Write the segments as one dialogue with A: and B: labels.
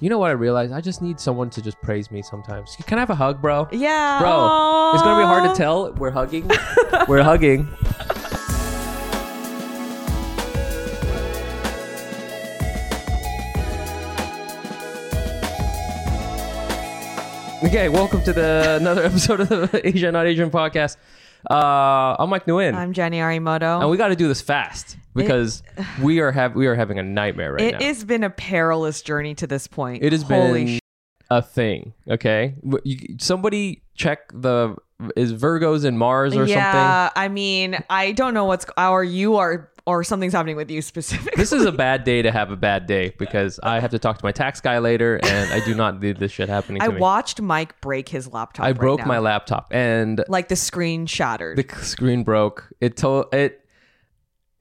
A: You know what I realized? I just need someone to just praise me sometimes. Can I have a hug, bro?
B: Yeah.
A: Bro, it's gonna be hard to tell. We're hugging. We're hugging. Okay, welcome to the another episode of the Asia Not Asian podcast. Uh, I'm Mike Nguyen,
B: I'm Jenny Arimoto.
A: and we got to do this fast because we are have we are having a nightmare right
B: it
A: now.
B: has been a perilous journey to this point.
A: It has
B: Holy
A: been
B: sh-
A: a thing. Okay, W- you, somebody check the is Virgos in Mars or something.
B: yeah, I mean, I don't know what's or you are or something's happening with you specifically.
A: This is a bad day to have a bad day because I have to talk to my tax guy later, and I do not need this shit happening to
B: I
A: me.
B: watched Mike break his laptop.
A: I
B: right
A: broke
B: now.
A: my laptop, and
B: like the screen shattered.
A: the screen broke. It told it.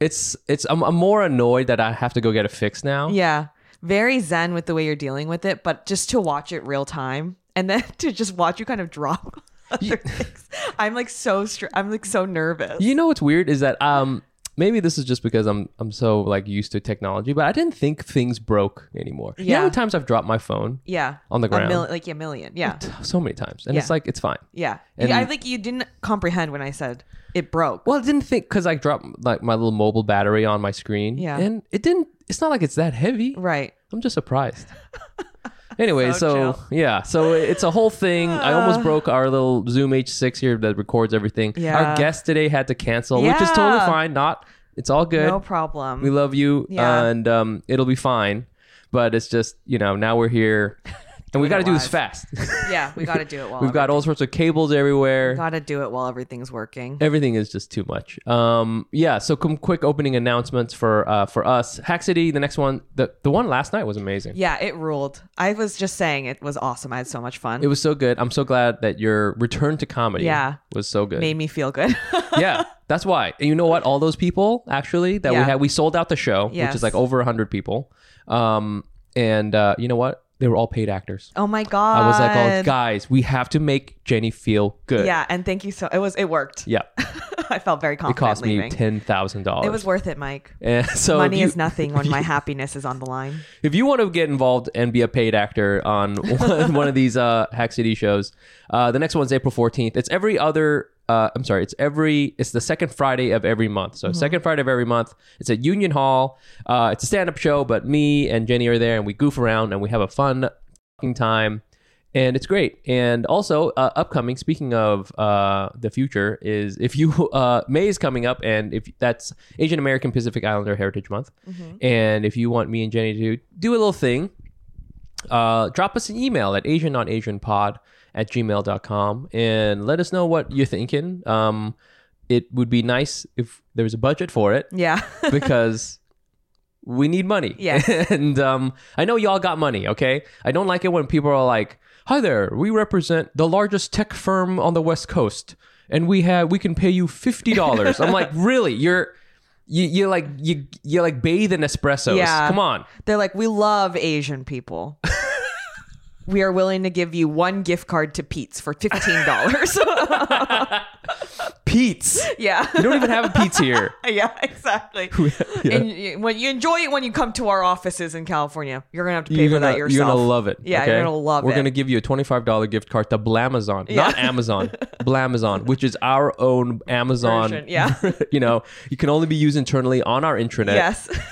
A: It's it's. I'm, I'm more annoyed that I have to go get it fixed now.
B: yeah, very zen with the way you're dealing with it, but just to watch it real time and then to just watch you kind of drop. Other things. I'm like so str- I'm like so nervous.
A: You know what's weird is that um maybe this is just because I'm I'm so like used to technology, but I didn't think things broke anymore. You know how
B: Yeah.
A: many times I've dropped my phone?
B: yeah,
A: On the
B: A
A: ground.
B: mil- like a million. Yeah,
A: so many times and it's
B: Yeah.
A: like it's fine
B: Yeah.
A: And-
B: I think you didn't comprehend when I said it broke.
A: well i didn't think because i dropped like my little mobile battery on my screen
B: Yeah.
A: and it didn't it's not like it's that heavy
B: Right.
A: i'm just surprised anyway so,
B: So Ah.
A: yeah so it's a whole thing i almost broke our little zoom h6 here that records everything our
B: Yeah.
A: guest today had to cancel which is totally
B: Yeah.
A: fine not it's all good
B: No problem.
A: we love you
B: Yeah.
A: and um, it'll be fine but it's just you know now we're here and we got to do this
B: live.
A: fast
B: yeah, we got to do it while
A: we've got all sorts of cables everywhere
B: got to do it while everything's working.
A: everything is just too much. Um, yeah. So some quick opening announcements for uh, for us. Hack City, the next one, the the one last night was amazing.
B: Yeah, it ruled. I was just saying it was awesome. I had so much fun.
A: It was so good. I'm so glad that your return to comedy
B: Yeah.
A: was so good.
B: made me feel good.
A: yeah, that's why. And you know what? All those people actually that we
B: Yeah.
A: had, we sold out the show, which
B: Yes.
A: is like over 100 people. Um, and uh, you know what? They were all paid actors.
B: oh my god.
A: I was like, oh, guys, we have to make Jenny feel good.
B: Yeah, and thank you so it was it worked.
A: Yeah.
B: I felt very
A: It
B: confident
A: cost me
B: leaving.
A: ten thousand dollars.
B: it was worth it, Mike.
A: and so if
B: Money
A: you-
B: is nothing when my happiness is on the line.
A: If you want to get involved and be a paid actor on one, one of these uh, Hack City shows, uh, the next one's April 14th. It's every other. Uh, I'm sorry. It's every. It's the second Friday of every month. So second Friday of every month. It's at Union Hall. Uh, it's a stand-up show, but me and Jenny are there, and we goof around and we have a fun fucking time, and it's great. And also, uh, upcoming. Speaking of uh, the future, is if you uh, May is coming up, and if that's Asian American Pacific Islander Heritage Month, and if you want me and Jenny to do a little thing, uh, drop us an email at asiannotasianpod at gmail.com and let us know what you're thinking. Um, it would be nice if there was a budget for it
B: Yeah.
A: because we need money.
B: Yes.
A: and um, I know y'all got money, okay? I don't like it when people are like, "Hi there, we represent the largest tech firm on the West Coast, and we have we can pay you fifty dollars." I'm like, really? You're you, you're like you you like bathe in espressos.
B: Yeah.
A: Come on.
B: They're like, we love Asian people. we are willing to give you one gift card to Pete's for fifteen dollars.
A: Pete's.
B: yeah,
A: You don't even have a Pete's here.
B: yeah, exactly.
A: Yeah.
B: And you, when you enjoy it when you come to our offices in California, you're gonna have to pay for that yourself.
A: You're gonna love it.
B: Yeah,
A: okay?
B: you're gonna love
A: We're
B: it.
A: gonna give you a twenty-five dollar gift card to Blamazon, not Amazon. Blamazon, which is our own Amazon.
B: Version, yeah.
A: you know, you can only be used internally on our intranet.
B: yes,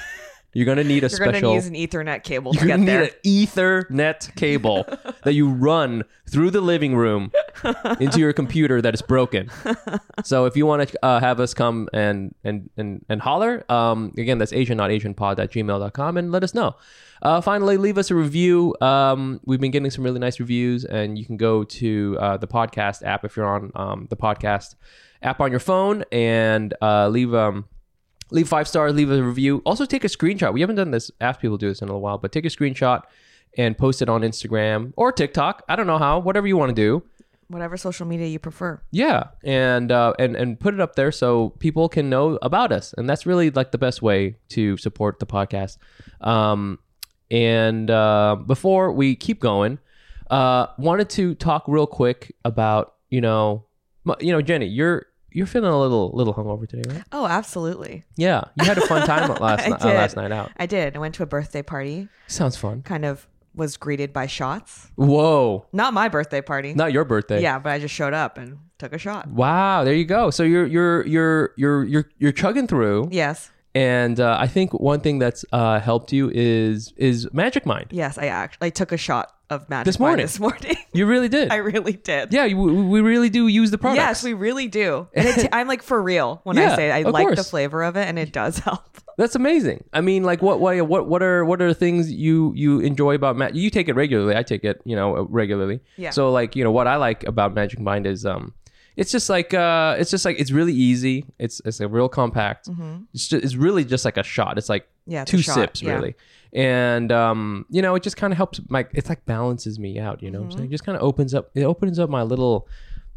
A: You're gonna need a
B: you're gonna
A: special.
B: use an Ethernet cable to
A: you're
B: get
A: gonna
B: there.
A: need an Ethernet cable that you run through the living room into your computer that is broken. So if you want to uh, have us come and and and and holler, um, again, that's Asian not Asian pod at gmail.com and let us know. Uh, finally, leave us a review. Um, we've been getting some really nice reviews, and you can go to uh, the podcast app if you're on um, the podcast app on your phone and uh, leave um leave five stars, leave a review. Also, take a screenshot. We haven't done this. Asked people to do this in a little while, but take a screenshot and post it on Instagram or TikTok. I don't know how. Whatever you want to do.
B: Whatever social media you prefer.
A: Yeah, and uh, and and put it up there so people can know about us, and that's really like the best way to support the podcast. Um, and uh, before we keep going, uh, wanted to talk real quick about you know, m- you know, Jenny, you're you're feeling a little little hungover today, right?
B: Oh, absolutely.
A: Yeah, you had a fun time last
B: I
A: ni- uh, last
B: did.
A: night out.
B: I did. I went to a birthday party,
A: Sounds fun.
B: kind of was greeted by shots.
A: Whoa.
B: Not my birthday party.
A: Not your birthday.
B: Yeah, but I just showed up and took a shot.
A: Wow, there you go. So you're you're you're you're you're you're chugging through,
B: Yes.
A: and uh, I think one thing that's uh, helped you is is Magic Mind.
B: Yes, I actually I took a shot of magic
A: This
B: Wine
A: morning.
B: This morning,
A: You really did.
B: I really did.
A: yeah, you, we we really do use the products.
B: Yes, we really do. And it, I'm like for real when
A: Yeah,
B: I say I
A: of
B: like the
A: course.
B: flavor of it, and it does help.
A: that's amazing. I mean, like, what what what what are what are the things you you enjoy about Magic? You take it regularly. I take it, you know, uh, regularly.
B: Yeah.
A: So like, you know, what I like about Magic Mind is um. It's just like uh, it's just like it's really easy. It's it's a real compact. It's just, it's really just like a shot. It's like
B: Mm-hmm. Yeah, it's a
A: two
B: shot,
A: sips
B: yeah.
A: really and um you know it just kind of helps my it's like balances me out you know
B: Mm-hmm.
A: what i'm saying just kind of opens up it opens up my little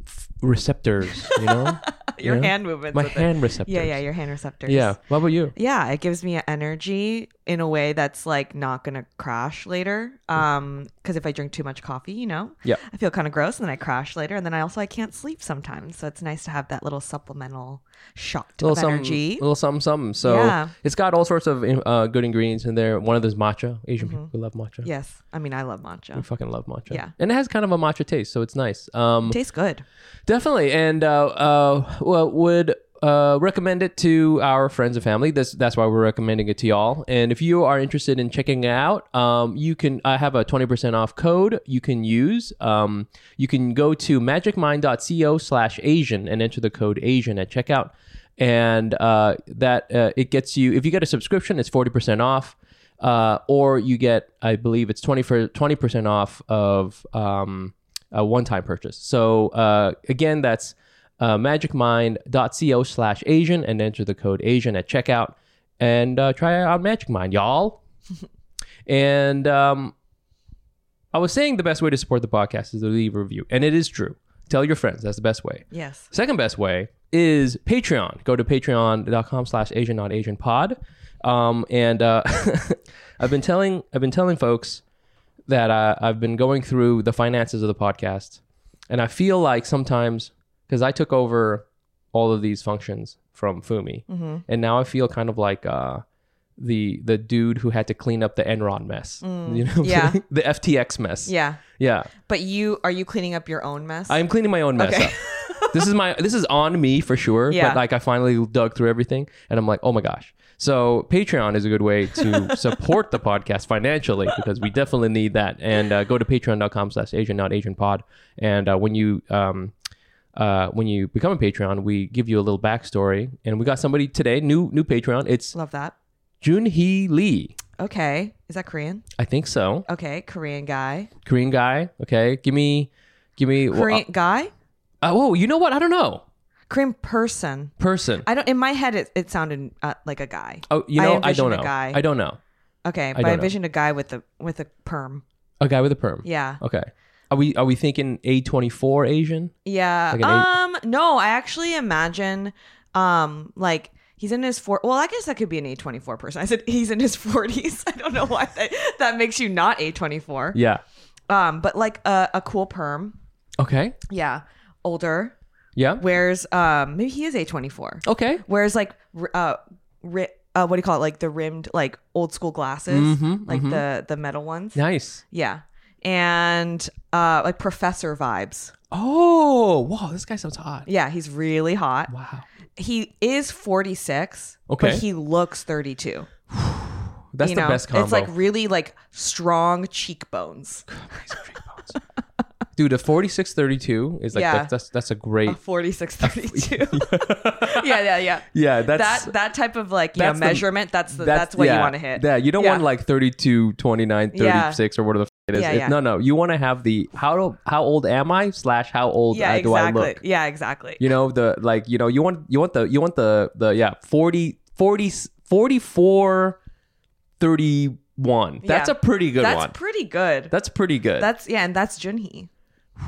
A: f- receptors you know
B: Your
A: Yeah.
B: hand movements.
A: my
B: with it.
A: hand receptors
B: Yeah, yeah, your hand receptors.
A: yeah what about you
B: yeah it gives me energy in a way that's like not gonna crash later um because if i drink too much coffee you know
A: Mm. Yeah.
B: i feel kind of gross and then i crash later and then i also i can't sleep sometimes so it's nice to have that little supplemental shot
A: little
B: of
A: something,
B: energy
A: little something, something. So
B: Yeah.
A: it's got all sorts of uh, good ingredients in there. One of those matcha. Asian people we love matcha.
B: yes i mean i love
A: we
B: matcha
A: fucking love matcha.
B: Mm-hmm. Yeah.
A: and it has kind of a matcha taste, so it's nice. Um,
B: tastes good
A: Definitely, and uh, uh, well, would uh, recommend it to our friends and family. This, that's why we're recommending it to y'all. And if you are interested in checking it out, um, you can. I have a twenty percent off code you can use. Um, you can go to magicmind.co/asian and enter the code Asian at checkout, and uh, that uh, it gets you. If you get a subscription, it's forty percent off. Uh, or you get, I believe it's 20 for 20% off of, um, a one-time purchase. So uh, again, that's uh, magicmind.co slash Asian and enter the code Asian at checkout and uh, try out Magic Mind, y'all. and um, I was saying the best way to support the podcast is to leave a review, and it is true. Tell your friends. That's the best way.
B: yes
A: Second best way is Patreon. Go to patreon.com slash Asian not Asian pod. Um, and uh, I've been telling I've been telling folks that uh, I've been going through the finances of the podcast, and I feel like sometimes because I took over all of these functions from Fumi,
B: Mm-hmm.
A: and now I feel kind of like uh, the the dude who had to clean up the Enron mess, you know, what I'm
B: Mm. Yeah.
A: saying? the FTX mess.
B: yeah
A: yeah.
B: but you are you cleaning up your own mess
A: I am cleaning my own mess
B: Okay.
A: up. this is my this is on me for sure.
B: Yeah.
A: But like I finally dug through everything and I'm like, oh my gosh. So Patreon is a good way to support the podcast financially because we definitely need that. And uh, go to patreon.com slash Asian not Asian pod. And uh, when you um uh, when you become a Patreon, we give you a little backstory, and we got somebody today, new new Patreon. It's
B: love that
A: Junhee Lee,
B: okay is that korean
A: I think so,
B: okay korean guy
A: Korean guy. Okay, give me, give me.
B: korean guy
A: Uh, oh, you know what? I don't know.
B: korean person
A: Person.
B: I don't. In my head, it, it sounded uh, like a guy.
A: Oh, you know, I,
B: envisioned
A: don't
B: a
A: know.
B: guy.
A: I don't know.
B: Okay,
A: don't
B: but I
A: know.
B: envisioned a guy with a with a perm.
A: A guy with a perm.
B: Yeah,
A: Okay. Are we are we thinking A twenty four Asian?
B: yeah.
A: Like an
B: um, no, I actually imagine, um, like he's in his four. Well, I guess that could be an A twenty four person. I said he's in his forties. I don't know why that, that makes you not A twenty four.
A: Yeah.
B: Um, but like a a cool perm.
A: Okay.
B: Yeah, older.
A: Yeah.
B: Wears um, maybe he is A twenty four.
A: Okay.
B: Wears like r- uh, ri- uh, what do you call it? Like the rimmed, like old school glasses,
A: Mhm,
B: like
A: mhm.
B: the the metal ones.
A: Nice.
B: Yeah. And uh like professor vibes.
A: Oh, wow, this guy sounds hot.
B: Yeah, he's really hot.
A: Wow.
B: He is 46,
A: Okay.
B: but he looks 32.
A: That's
B: you
A: the
B: know?
A: best combo.
B: It's like really like strong cheekbones.
A: Amazing cheekbones. Dude, a forty six thirty two is like
B: Yeah.
A: that's, that's that's a great
B: 46 32. yeah, yeah, yeah.
A: Yeah,
B: That that type of like you know
A: that's the-
B: measurement, that's the, that's, what
A: yeah,
B: you want to hit.
A: Yeah, you don't
B: Yeah.
A: want like 32, 29,
B: Yeah.
A: 36 or whatever the f- it is.
B: Yeah,
A: It-
B: yeah.
A: No, no. You want to have the how do- how old am I slash how old
B: yeah,
A: uh, do
B: exactly.
A: I look?
B: Yeah, exactly.
A: you know the like you know you want you want the you want the the yeah 40 40 44 31 that's
B: Yeah.
A: a pretty good
B: that's
A: one
B: pretty good.
A: that's pretty good
B: That's yeah, and that's Junhee.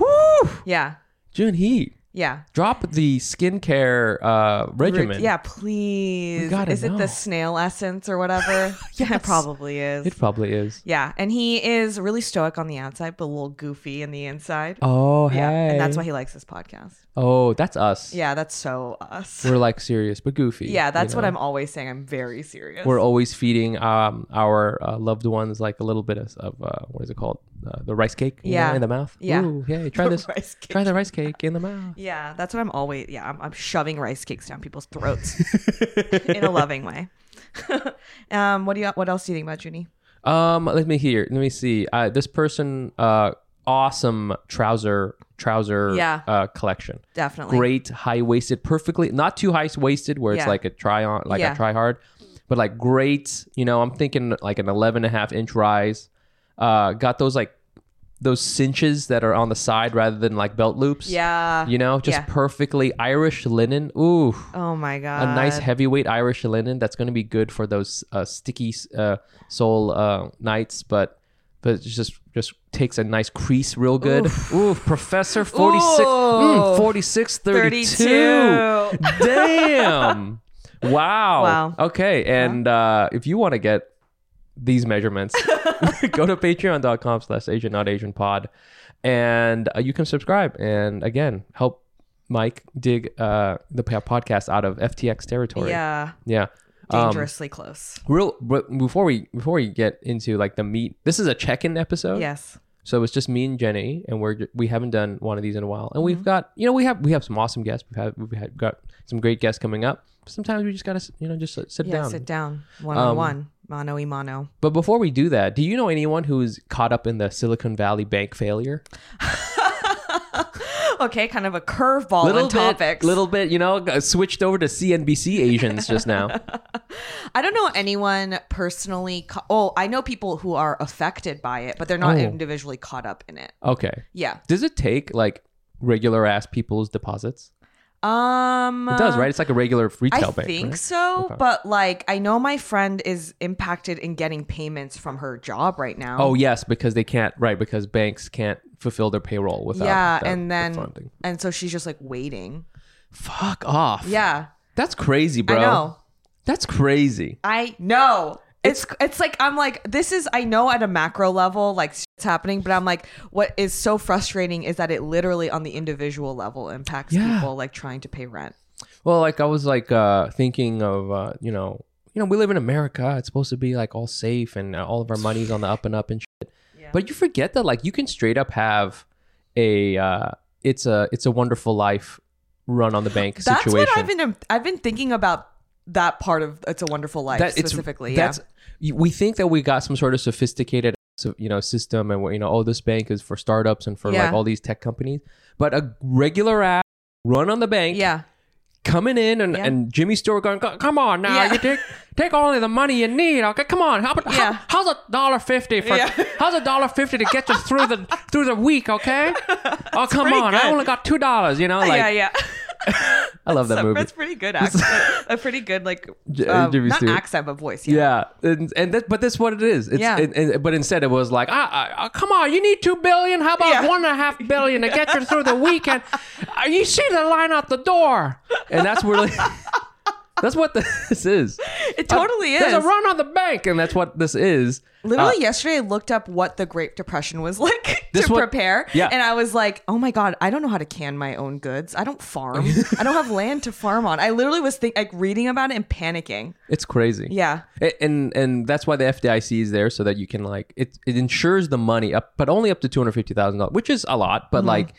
A: woo
B: Yeah.
A: Jun Hee
B: Yeah.
A: Drop the skincare uh, regimen.
B: Yeah, please.
A: gotta
B: Is it
A: know.
B: the snail essence or whatever? yeah, it probably is.
A: It probably is.
B: yeah, and he is really stoic on the outside, but a little goofy in the inside.
A: Oh, hey.
B: yeah, and that's why he likes this podcast.
A: Oh, that's us.
B: Yeah, that's so us.
A: We're like serious but goofy.
B: Yeah,
A: you
B: that's what
A: know?
B: I'm always saying. I'm very serious.
A: We're always feeding um, our uh, loved ones like a little bit of, of uh, what is it called? Uh, the rice cake. you know,
B: Yeah.
A: in the mouth.
B: Yeah.
A: Ooh, hey, try
B: The
A: this.
B: rice cake.
A: Try the rice cake in the mouth.
B: yeah, that's what I'm always. Yeah, I'm, I'm shoving rice cakes down people's throats in a loving way. um, what do you? What else do you think about Junie?
A: Um, let me hear. Let me see. Uh, this person, uh, awesome trouser trouser
B: Yeah.
A: uh, collection.
B: Definitely.
A: Great high waisted, perfectly not too high waisted where
B: Yeah.
A: it's like a try on, like
B: Yeah.
A: a try hard, but like great. You know, I'm thinking like an 11 and a half inch rise. Uh, got those like those cinches that are on the side rather than like belt loops.
B: Yeah.
A: You know, just
B: Yeah.
A: perfectly Irish linen. Ooh,
B: Oh my god.
A: a nice heavyweight Irish linen that's going to be good for those uh, sticky uh, sole uh, nights, but but it just just takes a nice crease real good. Ooh, Professor 46
B: Ooh.
A: mm, 46 32. Damn. Wow.
B: Wow.
A: Okay, and uh, if you want to get these measurements, go to patreon.com slash Asian not Asian pod and uh, you can subscribe and again help Mike dig uh, the p- podcast out of FTX territory.
B: Yeah.
A: Yeah. Um,
B: Dangerously close.
A: real but before we before we get into like the meat this is a check-in episode
B: Yes.
A: so it's just me and jenny and we're ju- we haven't done one of these in a while and
B: Mm-hmm.
A: we've got you know we have we have some awesome guests we've had we've had, got some great guests coming up sometimes we just gotta s- you know just sit, sit
B: Yeah.
A: down
B: Sit down. One on
A: Um,
B: one. Mono e mono.
A: but before we do that do you know anyone who's caught up in the silicon valley bank failure
B: Okay, kind of a curveball on topics.
A: bit little bit you know g- switched over to cnbc asians just now
B: I don't know anyone personally. Ca- oh, I know people who are affected by it, but they're not
A: Oh.
B: individually caught up in it.
A: okay
B: Yeah.
A: does it take like regular ass people's deposits
B: Um.
A: it does right it's like a regular
B: I
A: retail bank
B: think
A: right?
B: so,
A: Okay.
B: but like I know my friend is impacted in getting payments from her job right now.
A: Oh yes, because they can't right because banks can't fulfill their payroll without
B: yeah,
A: that-
B: and
A: that
B: then
A: funding.
B: and so she's just like waiting.
A: fuck off.
B: Yeah,
A: that's crazy, bro.
B: I know.
A: That's crazy.
B: I know. It's it's like I'm like this is I know at a macro level like it's happening, but I'm like what is so frustrating is that it literally on the individual level impacts
A: Yeah.
B: people like trying to pay rent.
A: Well, like I was like uh, thinking of uh, you know you know we live in America. It's supposed to be like all safe and uh, all of our money's on the up and up and shit.
B: Yeah.
A: But you forget that like you can straight up have a uh, it's a it's a wonderful life run on the bank
B: That's
A: situation.
B: what I've been I've been thinking about that part of It's a Wonderful Life
A: That- it's-
B: specifically.
A: that's
B: yeah.
A: you- we think that we got some sort of sophisticated so- you know system and you know oh this bank is for startups and for
B: Yeah.
A: like all these tech companies but a regular ass run on the bank
B: Yeah.
A: coming in and,
B: Yeah.
A: and jimmy stewart going "Co- come on now
B: Yeah.
A: you take take only the money you need okay come on how, about- how-
B: Yeah.
A: how's a dollar fifty for
B: Yeah.
A: how's a dollar fifty to get you through the through the week okay oh come
B: pretty
A: on
B: good.
A: i only got two dollars you know like
B: yeah, yeah.
A: i love that
B: So
A: movie
B: That's pretty good accent. a pretty good like
A: J- uh,
B: um,
A: Jimmy
B: not
A: Stewart.
B: accent but voice. Yeah.
A: Yeah, and, and that, but that's what it is. It's,
B: Yeah.
A: and- and- but instead, it was like, ah, ah, ah, come on, you need two billion. How about
B: Yeah.
A: one and a half billion to get you through the weekend? Ah, you see the line out the door, and that's really that's what this is.
B: It totally is.
A: There's a run on the bank, and that's what this is.
B: Literally yesterday, I looked up what the Great Depression was like to
A: Uh, This one-
B: prepare,
A: yeah.
B: and I was like, "Oh my god, I don't know how to can my own goods. I don't farm. I don't have land to farm on." I literally was think like reading about it and panicking.
A: Uh, It's crazy.
B: Yeah,
A: A- and and that's why the FDIC is there so that you can like it it insures the money up, but only up to two hundred fifty thousand dollars, which is a lot,
B: Mm-hmm.
A: but like.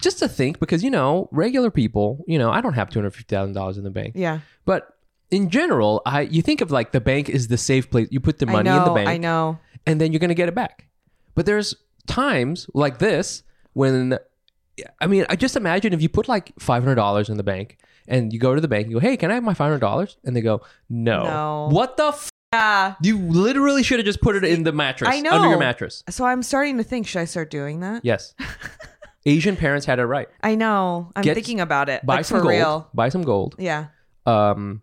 A: Just to think, because you know, regular people, you know, I don't have two hundred fifty thousand dollars in the bank.
B: yeah.
A: But in general, I you think of like the bank is the safe place. You put the money
B: I know.
A: in the bank,
B: I know.
A: and then you're gonna get it back. But there's times like this when, I mean, I just imagine if you put like five hundred dollars in the bank, and you go to the bank, and you go, "Hey, can I have my five hundred dollars?" And they go, "No."
B: No.
A: What the? F-
B: Yeah.
A: you literally should have just put it in the mattress
B: I know.
A: under your mattress.
B: So I'm starting to think, should I start doing that?
A: Yes. Asian parents had it right.
B: I know. I'm
A: Get-
B: thinking about it.
A: Buy
B: like,
A: some
B: for
A: gold.
B: real.
A: Buy some gold.
B: Yeah.
A: Um,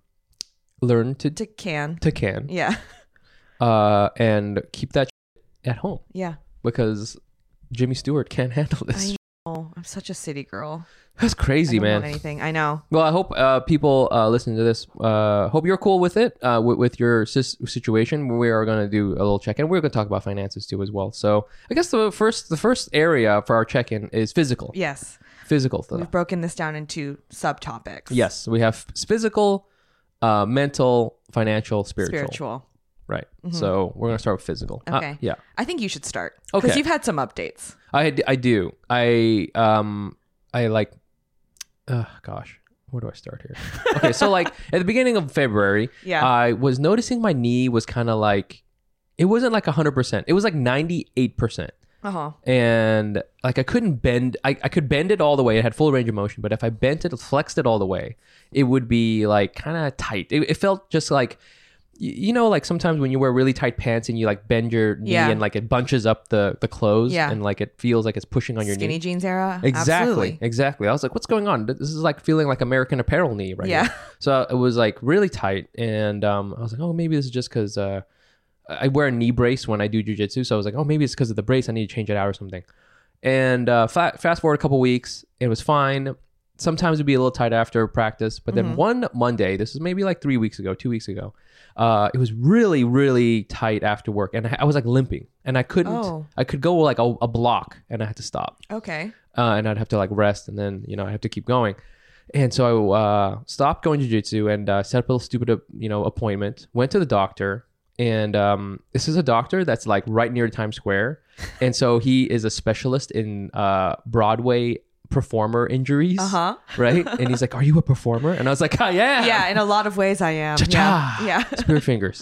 A: learn to
B: To can.
A: to can.
B: Yeah.
A: uh, and keep that shit at home
B: Yeah.
A: because Jimmy Stewart can't handle this.
B: I
A: shit.
B: Oh, I'm such a city girl.
A: That's crazy,
B: I don't want
A: man.
B: anything. I know.
A: Well, I hope uh, people uh, listening to this uh, hope you're cool with it uh, with, with your sis- situation. We are going to do a little check in. We're going to talk about finances too as well. So I guess the first the first area for our check in is physical.
B: Yes.
A: Physical stuff.
B: We've broken this down into subtopics.
A: Yes, we have physical, uh, mental, financial, spiritual.
B: Spiritual.
A: Right. So we're going to start with physical. Uh,
B: Okay.
A: yeah.
B: I think you should start.
A: Okay.
B: Because you've had some updates.
A: I d- I do. I um I like uh gosh, where do I start here? Okay, so like at the beginning of February,
B: Yeah.
A: I was noticing my knee was kind of like it wasn't like 100%. It was like 98%.
B: Uh huh.
A: And like I couldn't bend I, I could bend it all the way. It had full range of motion, but if I bent it, flexed it all the way, it would be like kind of tight. It, it felt just like y- you know, like sometimes when you wear really tight pants and you like bend your knee
B: Yeah.
A: and like it bunches up the the clothes
B: Yeah.
A: and like it feels like it's pushing on your
B: Skinny
A: knee.
B: jeans era.
A: Exactly,
B: Absolutely.
A: exactly. I was like, "What's going on? This is like feeling like American Apparel knee right
B: Yeah.
A: here." So it was like really tight, and um, I was like, "Oh, maybe this is just because uh, I wear a knee brace when I do jujitsu." So I was like, "Oh, maybe it's because of the brace. I need to change it out or something." And uh, fa- fast forward a couple weeks, it was fine. Sometimes it'd be a little tight after practice, but then
B: Mm-hmm.
A: one Monday, this was maybe like three weeks ago, two weeks ago, uh, it was really, really tight after work, and I, I was like limping, and I couldn't.
B: Oh.
A: I could go like a, a block, and I had to stop
B: Okay.
A: uh, and I'd have to like rest, and then you know I have to keep going. And so I uh, stopped going to jujitsu and uh, set up a little stupid uh, you know appointment. Went to the doctor, and um, this is a doctor that's like right near Times Square, and so he is a specialist in uh, Broadway performer injuries,
B: Uh-huh.
A: right? And he's like, "Are you a performer?" And I was like, "Ah, yeah,
B: Yeah. In a lot of ways, I am.
A: Cha-cha.
B: Yeah. Yeah.
A: spirit fingers.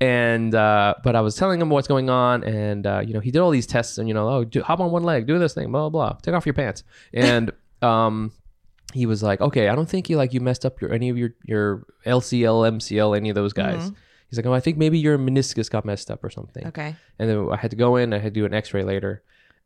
A: And uh, but I was telling him what's going on, and uh, you know he did all these tests, and you know oh do, hop on one leg, do this thing, blah blah blah, take off your pants, and um, he was like, okay, I don't think you like you messed up your any of your your LCL, MCL, any of those guys. He's like, oh, I think maybe your meniscus got messed up or something.
B: Okay.
A: And then I had to go in, I had to do an X-ray later,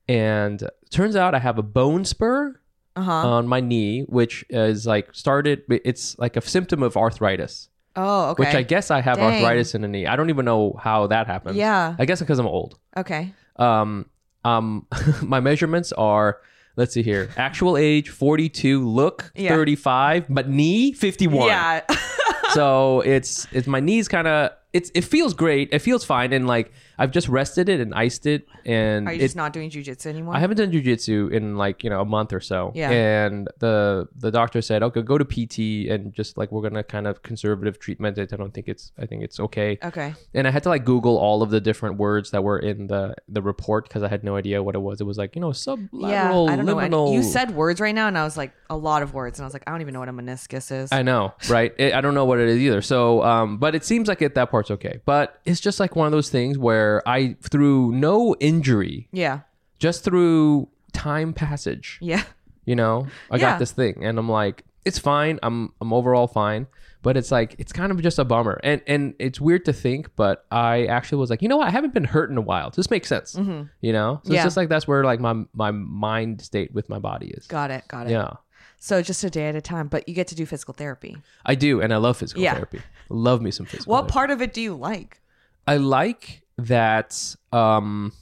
A: and turns out I have a bone spur
B: Uh huh.
A: on my knee, which is like started. It's like a symptom of arthritis
B: oh, okay.
A: which I guess I have
B: Dang.
A: arthritis in the knee. I don't even know how that happened.
B: Yeah.
A: I guess because I'm old.
B: Okay.
A: Um, um, my measurements are let's see here actual age 42, look
B: Yeah.
A: 35, but knee 51.
B: Yeah.
A: so it's it's my knees kind of it's it feels great. It feels fine, and like I've just rested it and iced it, and
B: Are you
A: it's
B: just not doing jujitsu anymore?
A: I haven't done jujitsu in like you know a month or so.
B: Yeah.
A: And the the doctor said, okay, go to PT and just like we're gonna kind of conservative treatment it. I don't think it's I think it's okay.
B: okay.
A: And I had to like Google all of the different words that were in the the report because I had no idea what it was. It was like you know
B: Yeah.
A: sublateral
B: I don't know.
A: liminal.
B: any- You said words right now, and I was like, a lot of words, and I was like, I don't even know what a meniscus is.
A: I know, right? It, I don't know what it is either. So, um, but it seems like it, that part's okay. But it's just like one of those things where I, through no injury,
B: yeah.
A: just through time passage,
B: Yeah.
A: you know i got
B: Yeah.
A: this thing and i'm like it's fine i'm i'm overall fine but it's like it's kind of just a bummer and and it's weird to think but i actually was like you know what i haven't been hurt in a while this makes sense you know so
B: Mm-hmm. Yeah.
A: it's just like that's where like my my mind state with my body is
B: Got it. Got it.
A: yeah
B: So just a day at a time, but you get to do physical therapy.
A: i do and i love physical
B: Yeah.
A: therapy love me some physical
B: What
A: therapy.
B: part of it do you like?
A: I like that um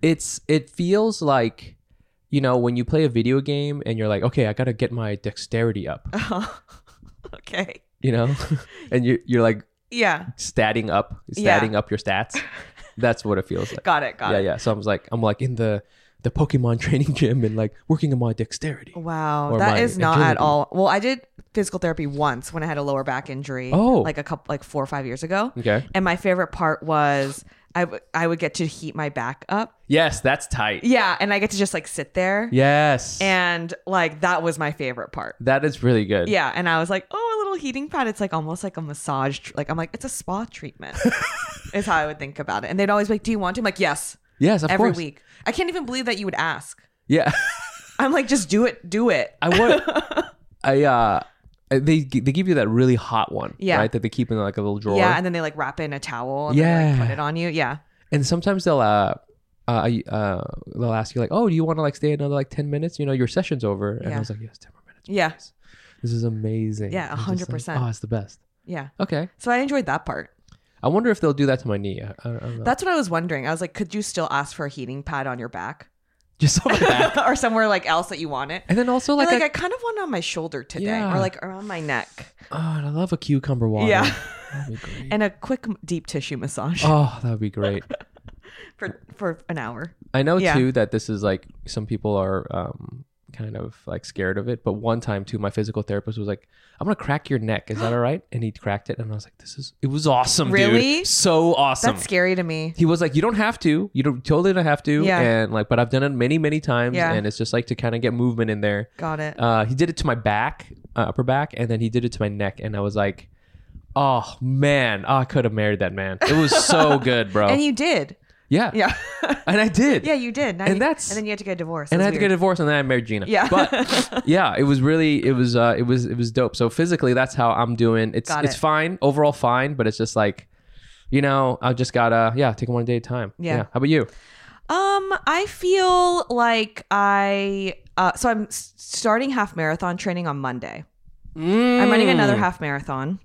A: it's it feels like you know when you play a video game and you're like okay I got to get my dexterity up
B: okay.
A: you know and you you're like
B: Yeah.
A: statting up
B: Yeah.
A: statting up your stats that's what it feels like
B: Got it. Got
A: yeah
B: it.
A: yeah so i'm like i'm like in the the pokemon training gym and like working on my dexterity
B: Wow,
A: Or my
B: that is not at
A: agility.
B: all. Well, I did physical therapy once when I had a lower back injury.
A: Oh.
B: like a couple, like four or five years ago.
A: Okay.
B: And my favorite part was I, w- I would get to heat my back up.
A: yes that's tight
B: Yeah, and I get to just like sit there.
A: yes
B: And like that was my favorite part.
A: that is really good
B: Yeah, and I was like, oh, a little heating pad. It's like almost like a massage. Tr- like I'm like, it's a spa treatment. is how I would think about it. And they'd always be like, do you want to? I'm like, yes.
A: yes of
B: every
A: course
B: week. I can't even believe that you would ask.
A: yeah
B: I'm like, just do it, do it.
A: i want i uh they they give you that really hot one
B: Yeah.
A: right that they keep in like a little drawer
B: Yeah, and then they like wrap it in a towel and yeah. like
A: Yeah.
B: put it on you. Yeah.
A: and sometimes they'll uh uh, uh, they'll ask you like, "Oh, do you want to like stay another like ten minutes? You know, your session's over." And
B: Yeah.
A: I was like, "Yes, ten more minutes.
B: Yeah.
A: This is amazing."
B: Yeah,
A: I'm just like,
B: 100%.
A: oh, it's the best.
B: Yeah.
A: Okay.
B: So I enjoyed that part.
A: I wonder if they'll do that to my knee. I, I don't know.
B: That's what I was wondering. I was like, could you still ask for a heating pad on your back?
A: just on my back.
B: or somewhere like else that you want it.
A: And then also
B: Like,
A: like,
B: like I
A: a-
B: kind of want it on my shoulder today,
A: Yeah.
B: or like around my neck,
A: oh, and I love a cucumber water.
B: Yeah.
A: That'd be great.
B: and a quick m- deep tissue massage
A: Oh, that would be great.
B: for for an hour.
A: I know
B: Yeah.
A: too that this is like some people are um, kind of like scared of it. But one time too, my physical therapist was like, "I'm gonna crack your neck. Is that all right?" And he cracked it, and I was like, "This is it was awesome, dude.
B: Really?
A: So awesome."
B: That's scary to me.
A: he was like, "You don't have to. You don't totally don't have to."
B: Yeah.
A: And like, but I've done it many, many times,
B: Yeah.
A: and it's just like to kind of get movement in there.
B: Got it.
A: Uh, he did it to my back, uh, upper back, and then he did it to my neck, and I was like, "Oh man, I could have married that man. It was so good, bro."
B: And you did.
A: yeah,
B: Yeah.
A: and I did.
B: yeah, you did. Now
A: And
B: you-
A: that's-
B: and then you had to get divorced.
A: and I had
B: That's
A: to get
B: weird.
A: a divorce, and then I married Gina.
B: Yeah.
A: but yeah, it was really, it was, uh, it was, it was dope. So physically, that's how I'm doing. It's,
B: Got
A: it's
B: it.
A: fine overall, fine, but it's just like, you know, I just gotta, yeah, take it one day at a time.
B: Yeah.
A: How about you?
B: Um, I feel like I. Uh, so I'm s- starting half marathon training on Monday. I'm running another half marathon.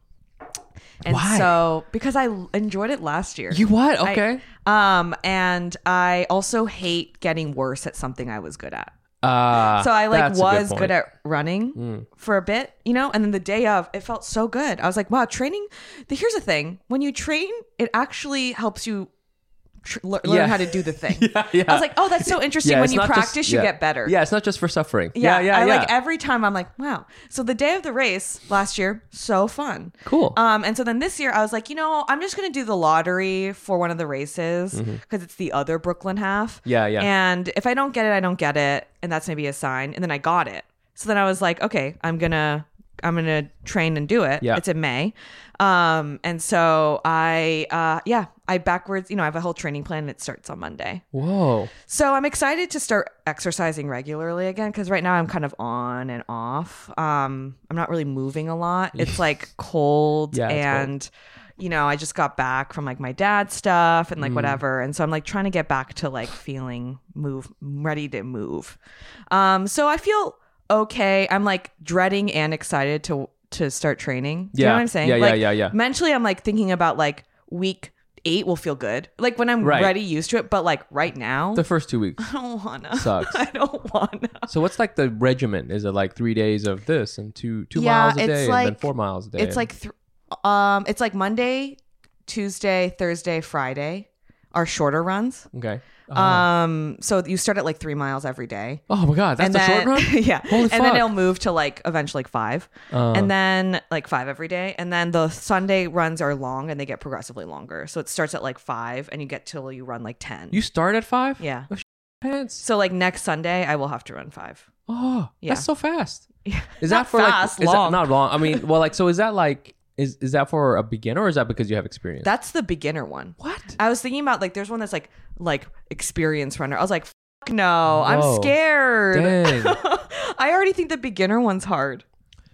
B: And
A: Mm. Why?
B: so because I l- enjoyed it last year.
A: You what?
B: I-
A: Okay.
B: um, and I also hate getting worse at something I was good at.
A: uh,
B: So I like
A: that's a
B: was
A: point. Mm.
B: good, at running for a bit, you know, and then the day of, it felt so good. I was like, wow, training. the- Here's the thing: when you train, it actually helps you tr- lear- learn
A: Yeah.
B: how to do the thing.
A: yeah.
B: I was like, oh, that's so interesting.
A: Yeah,
B: when
A: it's
B: you
A: not just-
B: practice, you
A: yeah.
B: get better.
A: Yeah, it's not just for suffering.
B: Yeah,
A: Yeah, yeah, yeah.
B: I like every time I'm like, wow. So the day of the race last year, so fun.
A: Cool.
B: Um, and so then this year I was like, you know, I'm just gonna do the lottery for one of the races because it's the other Brooklyn half.
A: Mm-hmm. Yeah, yeah.
B: And if I don't get it, I don't get it, and that's maybe a sign. And then I got it. So then I was like, okay, I'm gonna I'm gonna train and do it.
A: Yeah.
B: It's in May. Um, and so I uh yeah, I backwards, you know, I have a whole training plan and it starts on Monday.
A: Whoa.
B: So I'm excited to start exercising regularly again because right now I'm kind of on and off. Um, I'm not really moving a lot. It's like cold
A: Yeah, it's cold.
B: and you know I just got back from like my dad's stuff
A: Mm.
B: and like whatever, and so I'm like trying to get back to like feeling move ready to move. Um, so I feel okay. I'm like dreading and excited to to start training. Do you
A: Yeah.
B: know what I'm saying?
A: Yeah, yeah,
B: like,
A: yeah, yeah.
B: Mentally, I'm like thinking about like week. Eight will feel good. Like when I'm
A: Right.
B: ready, used to it. But like right now,
A: The first two weeks
B: I don't wanna.
A: Sucks.
B: I don't wanna.
A: So what's like the regimen? Is it like three days of this and two two
B: Yeah,
A: miles a
B: it's
A: day and then
B: like-
A: four miles a day?
B: It's like, th- um, it's like Monday, Tuesday, Thursday, Friday are shorter runs.
A: okay.
B: Um, so you start at like three miles every day.
A: oh my god, that's
B: and
A: the short
B: then,
A: run.
B: yeah.
A: Holy
B: and then
A: fuck.
B: it'll move to like eventually like five,
A: Uh,
B: and then like five every day, and then the Sunday runs are long and they get progressively longer. So it starts at like five, and you get till you run like ten.
A: you start at five.
B: yeah.
A: Pants.
B: So like next Sunday, I will have to run five.
A: Oh,
B: Yeah.
A: that's so fast.
B: Yeah.
A: Is
B: Not
A: that for
B: fast,
A: like is
B: long.
A: That, not long? I mean, well, like so is that like is is that for a beginner or is that because you have experience?
B: That's the beginner one.
A: what?
B: I was thinking about like there's one that's like like experience runner. I was like, Fuck no, I'm
A: Whoa.
B: scared.
A: Dang,
B: I already think the beginner one's hard.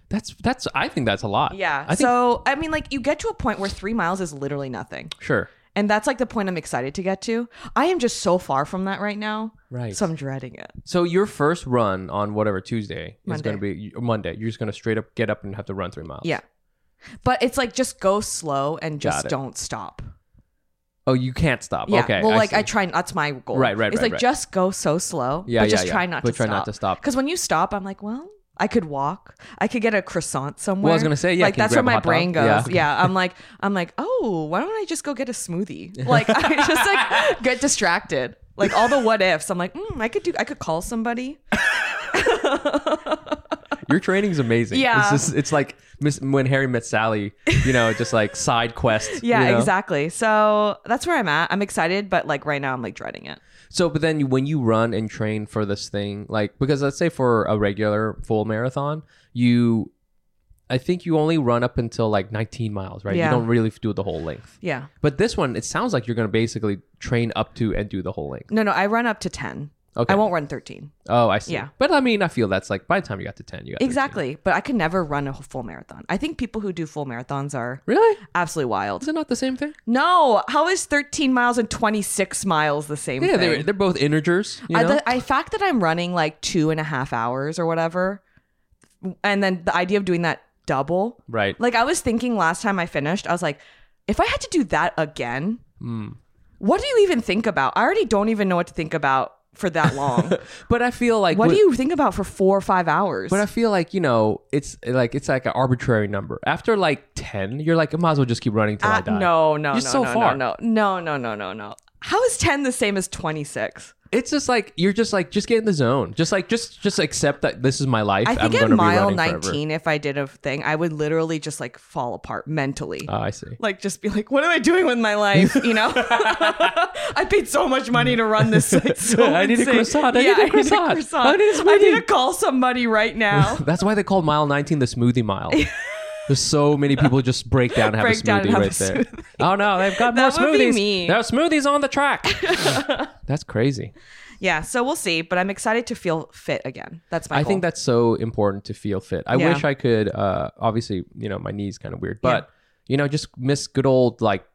A: that's that's. I think that's a lot.
B: Yeah.
A: I think
B: so I mean, like you get to a point where three miles is literally nothing,
A: sure.
B: and that's like the point I'm excited to get to. I am just so far from that right now,
A: Right.
B: so I'm dreading it.
A: So your first run on whatever Tuesday is
B: Monday.
A: going to be Monday. You're just going to straight up get up and have to run three miles.
B: Yeah. But it's like just go slow and
A: Got
B: just
A: it.
B: don't stop.
A: Oh, you can't stop.
B: Yeah.
A: Okay.
B: well, like I
A: see.
B: try. That's my goal.
A: Right, right,
B: It's
A: right,
B: like
A: right.
B: just go so slow.
A: Yeah,
B: but
A: yeah,
B: just
A: yeah.
B: try not
A: But
B: to
A: try
B: stop.
A: not to stop.
B: Because when you stop, I'm like, well, I could walk. I could get a croissant somewhere.
A: Well, I was gonna say, yeah,
B: Like
A: can you
B: that's where
A: grab a
B: my
A: hot dog?
B: brain goes.
A: Yeah.
B: Yeah. I'm like, I'm like, oh, why don't I just go get a smoothie? Like I just like get distracted. Like all the what ifs. I'm like, mm, I could do. I could call somebody.
A: Your training's amazing.
B: Yeah.
A: It's just it's like Miss, when Harry met Sally, you know, just like side quest.
B: Yeah,
A: you know?
B: exactly. So that's where I'm at. I'm excited, but like right now, I'm like dreading it.
A: So, but then when you run and train for this thing, like because let's say for a regular full marathon, you, I think you only run up until like 19 miles, right?
B: Yeah.
A: You don't really do the whole length.
B: Yeah.
A: But this one, it sounds like you're going to basically train up to and do the whole length.
B: No, no, I run up to ten.
A: Okay.
B: I won't run thirteen.
A: Oh, I see.
B: Yeah.
A: But I mean, I feel that's like by the time you got to 10, you got 13.
B: Exactly. But I could never run a full marathon. I think people who do full marathons are
A: Really?
B: absolutely
A: Is
B: wild.
A: it not the same thing?
B: No, how is 13 miles and 26 miles the same
A: Yeah,
B: thing?
A: they're, they're both integers. You
B: I,
A: know?
B: the I fact that I'm running like two and a half hours or whatever, and then the idea of doing that double.
A: right.
B: Like I was thinking last time I finished, I was like, if I had
A: Hmm.
B: to do that again, what do you even think about? I already don't even know what to think about for that long.
A: But I feel like
B: what
A: when-
B: do you think about for four or five hours?
A: But I feel like you know, it's like it's like an arbitrary number. After like ten, you're like, I might as well just keep running till I
B: Uh,
A: die.
B: no, no,
A: You're
B: no,
A: so
B: no,
A: far.
B: no, no, no, no, no, no. How is ten the same as twenty six?
A: it's just like you're just like just get in the zone. Just like just just accept that this is my life.
B: I
A: I'm
B: think
A: gonna
B: at
A: be
B: mile
A: running forever.
B: nineteen, if I did a thing, I would literally just like fall apart mentally.
A: Oh, I see.
B: like just be like, what am I doing with my life? You know, I paid so much money to run this. It's so
A: I need a
B: insane.
A: croissant. I
B: Yeah,
A: need a croissant. I need a
B: I need
A: smoothie.
B: to call somebody right now.
A: That's why they called mile 19 the smoothie mile. There's so many people just break down and have a
B: Break down
A: smoothie
B: and have
A: right
B: a
A: there. Oh no, they've got
B: That
A: more
B: would be
A: smoothies.
B: me.
A: There are smoothies on the track. That's crazy.
B: yeah, so we'll see. But I'm excited to feel fit again. That's my.
A: I
B: goal.
A: think that's so important to feel fit. I
B: Yeah.
A: wish I could. Uh, obviously, you know, my knee's kind of weird,
B: Yeah.
A: but you know, just miss good old like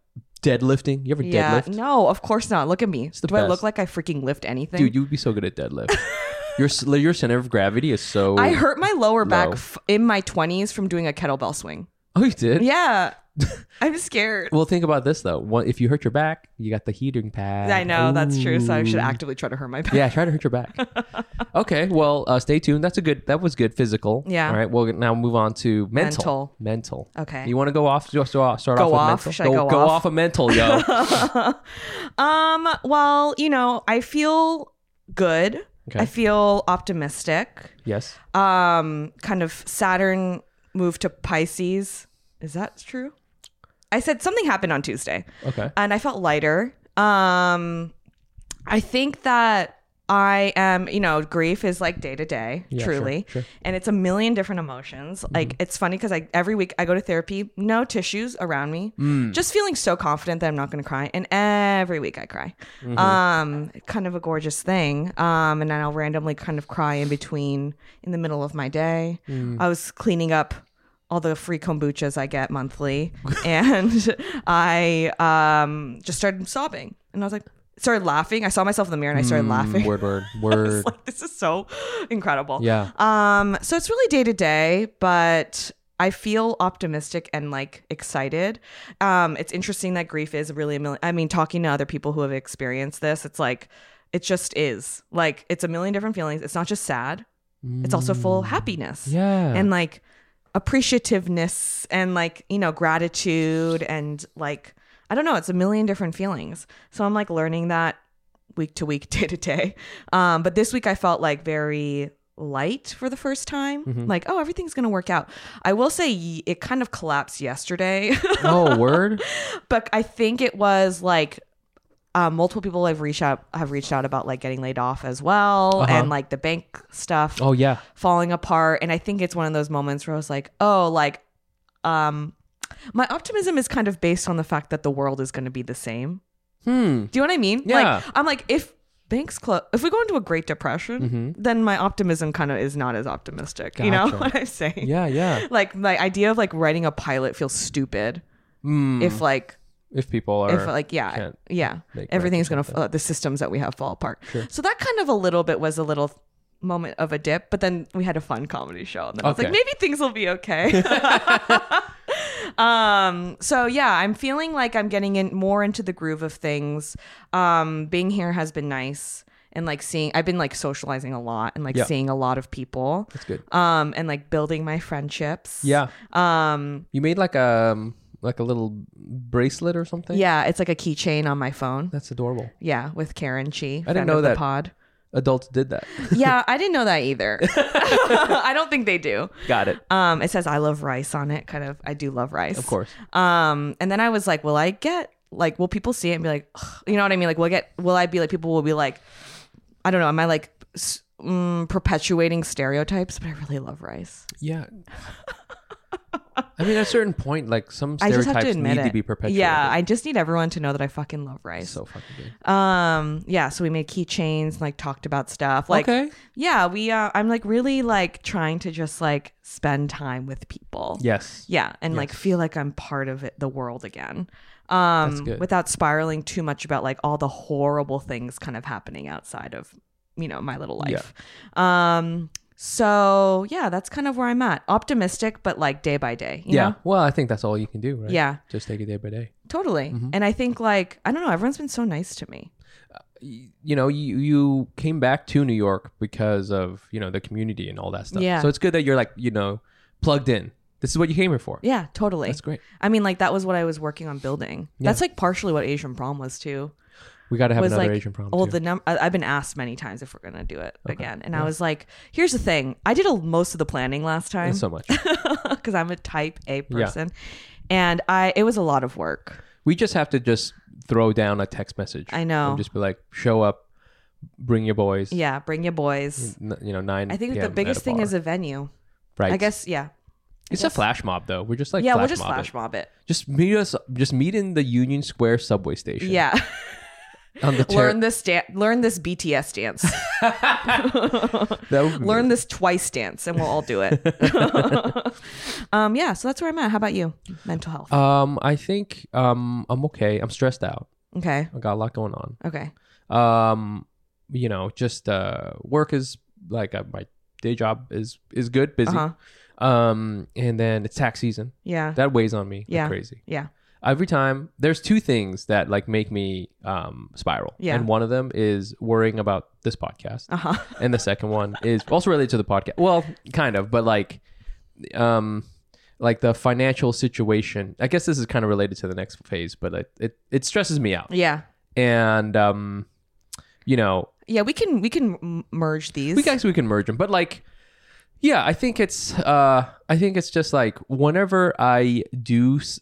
A: deadlifting. You ever
B: Yeah,
A: deadlift?
B: no, of course not. Look at me.
A: the
B: Do I look
A: best.
B: like I freaking lift anything?
A: Dude, you would be so good at deadlift. your s- your center of gravity is so.
B: I hurt my lower back
A: Low.
B: f- in my 20s from doing a kettlebell swing.
A: Oh, you did.
B: Yeah. I'm scared.
A: Well, think about this though. One, if you hurt your back, you got the heating pad.
B: I know that's true. So I should
A: Ooh.
B: actively try to hurt my back.
A: Yeah, try to hurt your back. okay, well, uh, stay tuned. That's a good. That was good physical.
B: Yeah.
A: All right. Well, now move on to mental.
B: Mental.
A: Mental.
B: Okay.
A: You want to go off? Just start
B: Go
A: off with
B: off?
A: mental.
B: Should I go
A: off?
B: off?
A: a mental, yo.
B: Um, well, you know, I feel good.
A: Okay.
B: I feel optimistic.
A: yes.
B: Um, kind of Saturn moved to Pisces. Is that true? I said something happened on Tuesday.
A: Okay.
B: and I felt lighter. Um, I think that I am, you know, grief is like day to day,
A: Yeah, sure,
B: truly,
A: sure.
B: and it's a million different emotions. Like it's funny because I every week I go to therapy, no tissues around me, just feeling so confident that I'm not going to cry, and every week I cry. Um, kind of a gorgeous thing. Um, and then I'll randomly kind of cry in between, in the middle of my day. I was cleaning up all the free kombuchas I get monthly. and I um, just started sobbing. And I was like, started laughing. I saw myself in the mirror and I started laughing.
A: Word, word, word.
B: It's like, this is so incredible.
A: yeah.
B: Um, so it's really day to day, but I feel optimistic and like excited. Um, it's interesting that grief is really a million. I mean, talking to other people who have experienced this, it's like it just is. Like it's a million different feelings. It's not just sad. It's also full of happiness
A: Yeah.
B: and like appreciativeness and like you know gratitude and like i don't know it's a million different feelings so i'm like learning that week to week day to day um but this week i felt like very light for the first time like oh everything's gonna work out i will say y- it kind of collapsed yesterday
A: oh, word.
B: but I think it was like um, multiple people have reached out have reached out about like getting laid off as well
A: Uh-huh.
B: and like the bank stuff
A: Oh yeah.
B: falling apart and I think it's one of those moments where I was like oh like um my optimism is kind of based on the fact that the world is going to be the same
A: Hmm.
B: do you know what I mean
A: Yeah.
B: like I'm like if banks close if we go into a great depression then my optimism kind of is not as optimistic you know
A: Mm-hmm. Gotcha.
B: what I'm saying
A: Yeah, yeah.
B: like my idea of like writing a pilot feels stupid
A: Hmm.
B: if like
A: if people are
B: if like yeah
A: can't
B: yeah
A: make
B: everything's gonna
A: records
B: f- uh, the systems that we have fall apart so that kind of a little bit was a little moment of a dip but then we had a fun comedy show and then i was like
A: Okay.
B: maybe things will be okay um so yeah i'm feeling like i'm getting in more into the groove of things um being here has been nice and like seeing i've been like socializing a lot and like
A: Yeah.
B: seeing a lot of people
A: that's good.
B: um and like building my friendships
A: Yeah.
B: um
A: You made like um like a little bracelet or something.
B: yeah it's like a keychain on my phone
A: That's adorable.
B: Yeah, with Karen Chi.
A: I didn't
B: friend
A: know
B: of the
A: that.
B: pod.
A: Adults did that.
B: Yeah, I didn't know that either. I don't think they do.
A: Got it.
B: Um, it says I love rice on it. Kind of, I do love rice.
A: Of course.
B: Um, and then I was like, will I get like, will people see it and be like, "Ugh," you know what I mean? Like, will I get, will I be like, people will be like, I don't know, am I like s- mm, perpetuating stereotypes? But I really love rice.
A: Yeah. I mean, at a certain point, like some
B: I just have
A: stereotypes
B: to admit
A: need
B: it.
A: to be perpetuated.
B: Yeah, I just need everyone to know that I fucking love rice.
A: so fucking good.
B: um, yeah, so we made keychains, like talked about stuff, like.
A: okay.
B: yeah we uh i'm like really like trying to just like spend time with people
A: Yes.
B: yeah and like feel like i'm part of it, the world again um
A: good.
B: without spiraling too much about like all the horrible things kind of happening outside of you know my little
A: Yeah.
B: life um so yeah that's kind of where i'm at optimistic but like day by day you
A: Yeah.
B: know?
A: Well, I think that's all you can do, right? Mm-hmm.
B: yeah
A: Just take it day by day.
B: totally and i think like i don't know everyone's been so nice to me
A: y- you know, you you came back to New York because of you know the community and all that stuff.
B: Yeah.
A: So it's good that you're like you know plugged in. This is what you came here for.
B: Yeah, totally.
A: That's great.
B: I mean, like that was what I was working on building. That's like partially what Asian Prom was too.
A: We got to have
B: was
A: another
B: like
A: Asian problem.
B: well
A: too.
B: the num- I- i've been asked many times if we're gonna do it again and i was like here's the thing i did a, most of the planning last time
A: so much.
B: because i'm a type a person and i it was a lot of work
A: We just have to just throw down a text message.
B: I know.
A: And just be like, show up, bring your boys.
B: yeah bring your boys
A: N- you know, nine.
B: i think
A: PM
B: the biggest
A: at a
B: thing
A: bar.
B: is a venue
A: right.
B: i guess yeah
A: it's a flash mob though. We're just like
B: yeah
A: flash
B: we'll just
A: mobbing.
B: flash mob it
A: Just meet us. Just meet in the Union Square subway station.
B: yeah
A: On the chair.
B: learn this dance learn this bts dance
A: that would be-
B: learn this twice dance and we'll all do it um yeah so that's where i'm at how about you mental health
A: Um, I think um I'm okay. I'm stressed out.
B: okay
A: I got a lot going on.
B: okay
A: Um, you know, just uh, work is like uh, my day job is is good, busy.
B: uh-huh
A: Um, and then it's tax season.
B: yeah
A: That weighs on me. like
B: Yeah.
A: crazy.
B: yeah
A: every time there's two things that like make me um spiral
B: Yeah.
A: and one of them is worrying about this podcast
B: uh-huh
A: and the second one is also related to the podcast well kind of but like um like the financial situation i guess this is kind of related to the next phase but it it, it stresses me out
B: Yeah.
A: and um you know
B: Yeah, we can we can m- merge these.
A: we guess we can merge them but like yeah i think it's uh i think it's just like whenever i do s-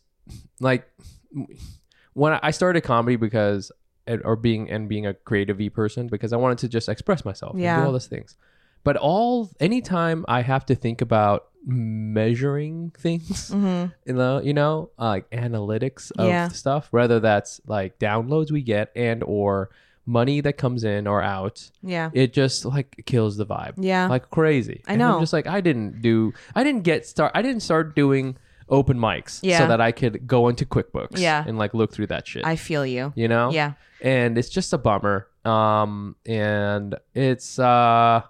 A: like when i started comedy because and- or being and being a creative person because i wanted to just express myself and
B: Yeah.
A: do all those things but all anytime i have to think about measuring things
B: Mhm.
A: you know you know uh, like analytics of
B: Yeah.
A: stuff whether that's like downloads we get and or money that comes in or out
B: Yeah.
A: it just like kills the vibe
B: Yeah.
A: like crazy.
B: I
A: And
B: know.
A: I'm just like I didn't do. I didn't get start. I didn't start doing open mics
B: Yeah.
A: so that I could go into QuickBooks.
B: Yeah.
A: and like look through that shit.
B: I feel you.
A: you know.
B: Yeah.
A: And it's just a bummer. Um, and it's uh,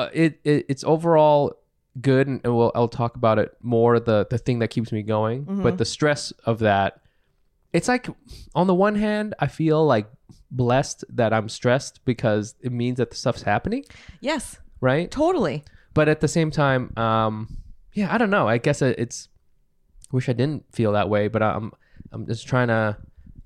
A: uh, it, it it's overall good, and, and we'll I'll talk about it more. The the thing that keeps me going,
B: Mm-hmm.
A: but the stress of that. It's like, on the one hand, I feel like blessed that I'm stressed because it means that the stuff's happening,
B: Yes.
A: right?
B: Totally.
A: but at the same time um yeah i don't know i guess it- it's wish i didn't feel that way but i'm i'm just trying to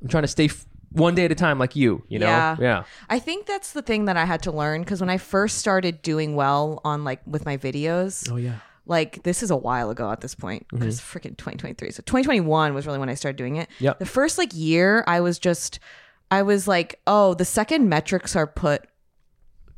A: i'm trying to stay f- one day at a time like you you know
B: Yeah.
A: yeah
B: I think that's the thing that I had to learn because when I first started doing well on like with my videos,
A: oh yeah Mm-hmm.
B: like this is a while ago at this point because freaking 2023. So 2021 was really when I started doing it.
A: Yep.
B: The first like year, I was just, I was like, oh, the second metrics are put.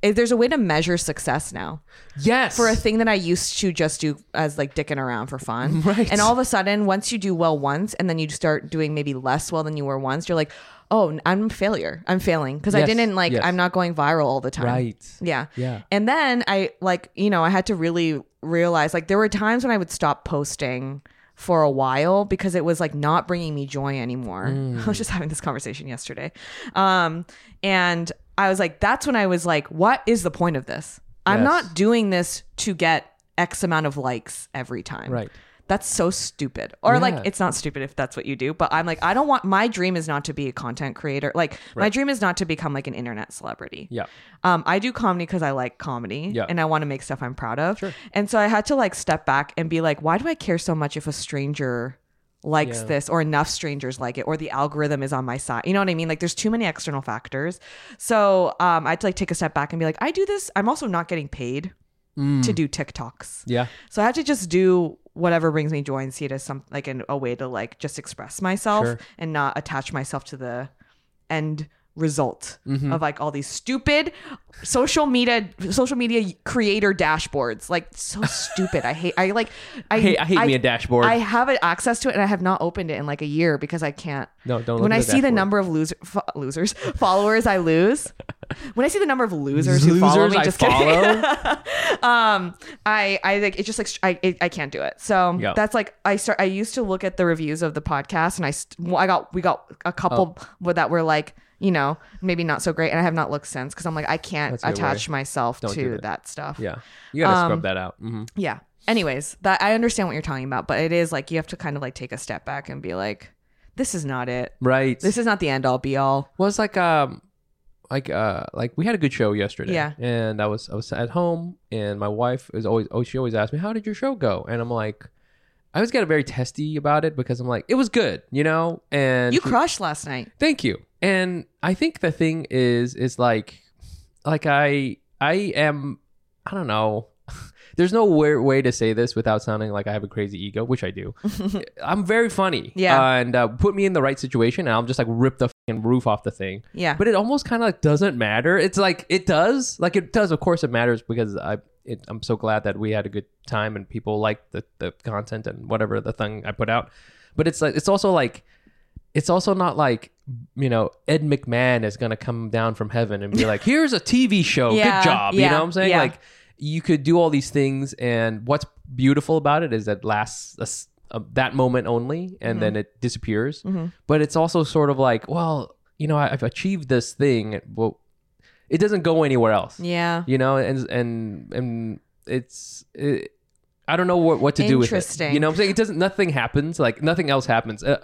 B: eh, There's a way to measure success now.
A: yes
B: for a thing that I used to just do as like dicking around for fun.
A: Right.
B: And all of a sudden, once you do well once and then you start doing maybe less well than you were once, you're like, oh, n- I'm a failure. I'm failing because I
A: Yes,
B: didn't like,
A: yes.
B: I'm not going viral all the time.
A: right
B: Yeah.
A: Yeah.
B: And then I like, you know, I had to really realize like there were times when I would stop posting for a while because it was like not bringing me joy anymore.
A: Mm.
B: I was just having this conversation yesterday. Um and I was like that's when I was like what is the point of this? I'm
A: Yes.
B: not doing this to get x amount of likes every time.
A: Right.
B: That's so stupid. Or
A: Yeah.
B: like it's not stupid if that's what you do, but I'm like I don't want my dream is not to be a content creator. Like my dream is not to become like an internet celebrity.
A: yeah
B: Um, I do comedy because I like comedy
A: Yeah.
B: and I want to make stuff I'm proud of. And so I had to like step back and be like, why do I care so much if a stranger likes
A: Yeah.
B: this or enough strangers like it or the algorithm is on my side? You know what I mean? Like there's too many external factors. So um, I had to like take a step back and be like, I do this. I'm also not getting paid
A: Mm.
B: to do TikToks.
A: yeah
B: So I had to just do whatever brings me joy and see it as some like an, a way to like just express myself
A: Sure.
B: and not attach myself to the end result
A: Mm-hmm.
B: of like all these stupid social media social media creator dashboards like so stupid i hate i like i
A: hey i hate me a dashboard
B: i have access to it and i have not opened it in like a year because i can't
A: no don't look
B: when
A: at
B: I see the
A: dashboard.
B: number of loser, fo- losers, followers I lose, when I see the number of losers, who follow
A: Losers
B: me,
A: I
B: just kidding. um, I, I like it. Just like I, it, I can't do it. So
A: Yeah.
B: that's like I start. I used to look at the reviews of the podcast, and I, st- well, I got we got a couple
A: Oh.
B: with that were like you know maybe not so great, and I have not looked since because I'm like I can't
A: That's a good
B: attach myself
A: do
B: to that.
A: that.
B: stuff.
A: yeah you gotta
B: Um,
A: scrub that out hmm
B: Yeah. Anyways, that I understand what you're talking about, but it is like you have to kind of like take a step back and be like, this is not it.
A: right
B: This is not the end all be all.
A: well it's like um like uh like we had a good show yesterday.
B: Yeah.
A: And I was I was at home and my wife is always oh she always asks me, How did your show go? And I'm like I always get very testy about it because I'm like, it was good, you know? And
B: You
A: she-
B: crushed last night.
A: Thank you. And I think the thing is is like like I I am I don't know. There's no way, way to say this without sounding like I have a crazy ego, which I do. I'm very funny.
B: Yeah.
A: And uh, put me in the right situation and I'll just like rip the fucking roof off the thing.
B: Yeah.
A: But it almost kind of like doesn't matter. It's like it does. Like it does. Of course it matters because I it, I'm so glad that we had a good time and people liked the the content and whatever the thing I put out. But it's like it's also like it's also not like you know Ed McMahon is gonna come down from heaven and be like, "Here's a TV show,
B: Yeah,
A: good job." you
B: yeah,
A: know what I'm saying?
B: yeah.
A: Like you could do all these things, and what's beautiful about it is that lasts a s- uh, that moment only, and
B: Mm-hmm.
A: then it disappears. But it's also sort of like, well, you know, I, I've achieved this thing. Well, it doesn't go anywhere else.
B: yeah.
A: You know, and and and it's. It, I don't know what, what to do with it.
B: Interesting.
A: You know what I'm saying? It doesn't, nothing happens. Like nothing else happens. Uh,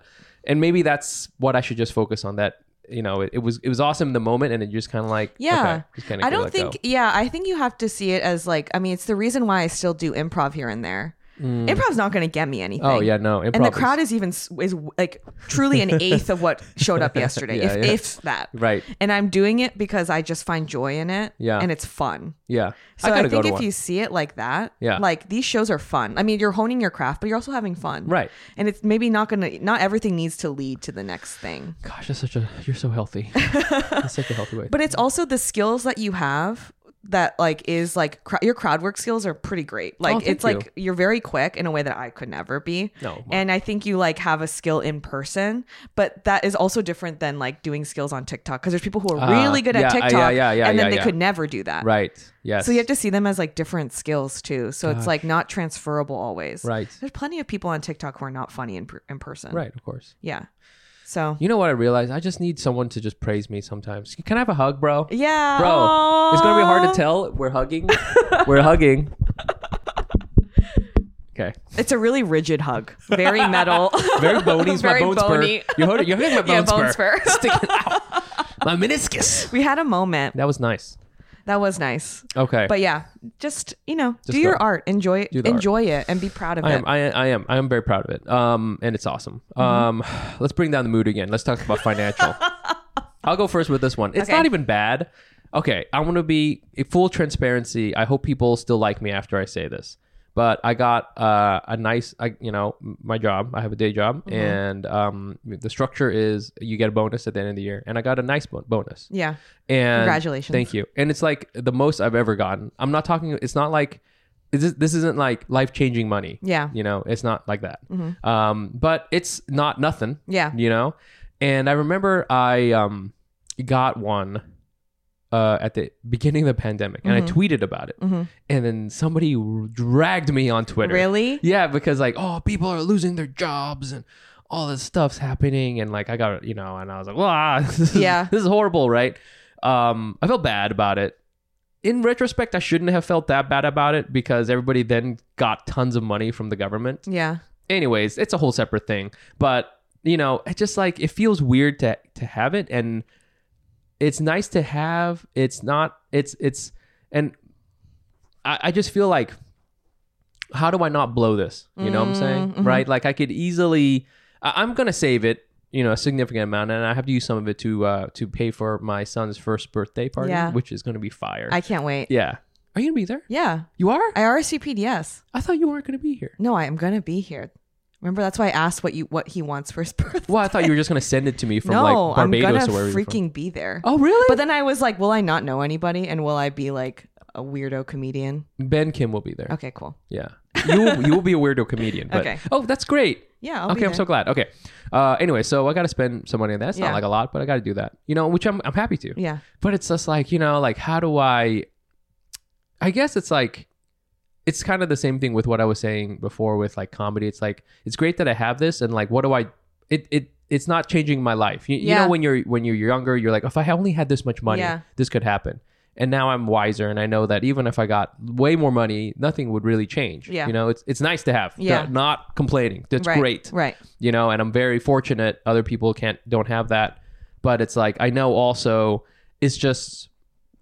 A: and maybe that's what I should just focus on that, you know, it, it was, it was awesome in the moment. And it just kind of like,
B: Yeah.
A: okay, just kinda
B: I
A: gotta
B: don't
A: let
B: think,
A: go.
B: yeah, I think you have to see it as like, I mean, it's the reason why I still do improv here and there. Improv's not going to get me anything.
A: Mm. Oh yeah. No.
B: And the
A: improv
B: crowd is even, s- is like truly an eighth of what showed up yesterday,
A: Yeah,
B: if,
A: yeah.
B: if that.
A: Right.
B: And I'm doing it because I just find joy in it.
A: Yeah.
B: And it's fun.
A: Yeah.
B: So I,
A: gotta go
B: think
A: to
B: if
A: one.
B: you see it like that,
A: Yeah.
B: like these shows are fun. I mean, you're honing your craft, but you're also having fun.
A: Right.
B: And it's maybe not going to, not everything needs to lead to the next thing.
A: Gosh, that's such a you're so healthy. That's such a healthy way.
B: But it's also the skills that you have that like is like cr- your crowd work skills are pretty great. Like
A: Oh, thank
B: it's like you're very quick in a way that I could never be.
A: No.
B: And I think you like have a skill in person, but that is also different than like doing skills on TikTok because there's people who are
A: Ah,
B: really good at
A: yeah, yeah,
B: TikTok
A: yeah, yeah,
B: and then
A: yeah,
B: they
A: yeah.
B: could never do that.
A: right. Yes.
B: So you have to see them as like different skills too. So it's like not transferable always.
A: Right.
B: There's plenty of people on TikTok who are not funny in, per- in person.
A: Right. Of course.
B: Yeah. So
A: You know what I realized? I just need someone to just praise me sometimes. Can I have a hug, bro?
B: yeah.
A: Bro, it's gonna be hard
B: aw.
A: to tell. We're hugging. We're hugging. Okay.
B: It's a really rigid hug. Very metal.
A: Very bony. It's my
B: Very
A: bone
B: bony.
A: spur. You're holding, you're holding my bone
B: Yeah,
A: spur.
B: bone spur.
A: Sticking out. My meniscus.
B: we had a moment.
A: That was nice.
B: That was nice.
A: Okay.
B: But yeah, just, you know, do
A: Just
B: your
A: go.
B: art. Enjoy it.
A: the art.
B: Enjoy it and be proud of
A: I
B: it.
A: am. I, I am. I am very proud of it. Um, and it's awesome. Um, let's bring down the mood again. Let's talk about financial. I'll go first with this one. It's
B: Okay.
A: not even bad. Okay, I want to be in full transparency. I hope people still like me after I say this. But I got uh, a nice, I, you know, m- my job. I have a day job, and um, the structure is you get a bonus at the end of the year, and I got a nice bon- bonus.
B: yeah.
A: And
B: Congratulations.
A: Thank you. And it's like the most I've ever gotten. I'm not talking. It's not like this. This isn't like life changing money.
B: Yeah. Mm-hmm.
A: You know, it's not like that. Um, but it's not nothing.
B: Yeah.
A: You know, and I remember I um got one. Uh, at the beginning of the pandemic, and
B: Mm-hmm.
A: I tweeted about it, and then somebody r- dragged me on Twitter.
B: Really?
A: Yeah, because like, oh, people are losing their jobs and all this stuff's happening, and like, I got you know, and I was like, wow, this is,
B: Yeah.
A: this is horrible, right? Um, I felt bad about it. In retrospect, I shouldn't have felt that bad about it because everybody then got tons of money from the government.
B: Yeah.
A: Anyways, it's a whole separate thing, but you know, it just like it feels weird to to have it, and it's nice to have. It's not. It's it's and I, I just feel like how do I not blow this? You know what
B: Mm,
A: I'm saying?
B: mm-hmm.
A: Right? Like I could easily I, I'm gonna save it, you know, a significant amount and I have to use some of it to uh to pay for my son's first birthday party,
B: Yeah.
A: which is gonna be fire.
B: I can't wait. Yeah.
A: yeah. Are you gonna be there? You are?
B: I RSVP'd yes.
A: I thought you weren't gonna be here.
B: No, I am going to be here. Remember, that's why I asked what you what he wants for his birthday.
A: Well, I thought you were just gonna send it to me from
B: no,
A: like
B: I'm
A: Barbados
B: going to
A: or wherever you're from.
B: freaking be there.
A: Oh really?
B: But then I was like, will I not know anybody? And will I be like a weirdo comedian?
A: ben Kim will be there.
B: Okay, cool.
A: Yeah. You will, you will be a weirdo comedian. But,
B: Okay.
A: Oh, that's great.
B: Yeah. I'll
A: okay,
B: be
A: I'm so
B: there.
A: glad. Okay. Uh, anyway, so I got to spend some money on that. It's not
B: Yeah.
A: like a lot, but I got to do that. You know, which I'm I'm happy to.
B: Yeah.
A: But it's just like you know, like how do I? I guess it's like, it's kind of the same thing with what I was saying before with like comedy. It's like it's great that I have this, and like what do I? It it it's not changing my life. You, you
B: Yeah.
A: know, when you're when you're younger, you're like, if I only had this much money,
B: Yeah.
A: this could happen. And now I'm wiser, and I know that even if I got way more money, nothing would really change.
B: Yeah.
A: You know, it's it's nice to have.
B: Yeah.
A: Not, not complaining. That's
B: right.
A: great
B: Right.
A: you know and i'm very fortunate other people can't don't have that but it's like i know also it's just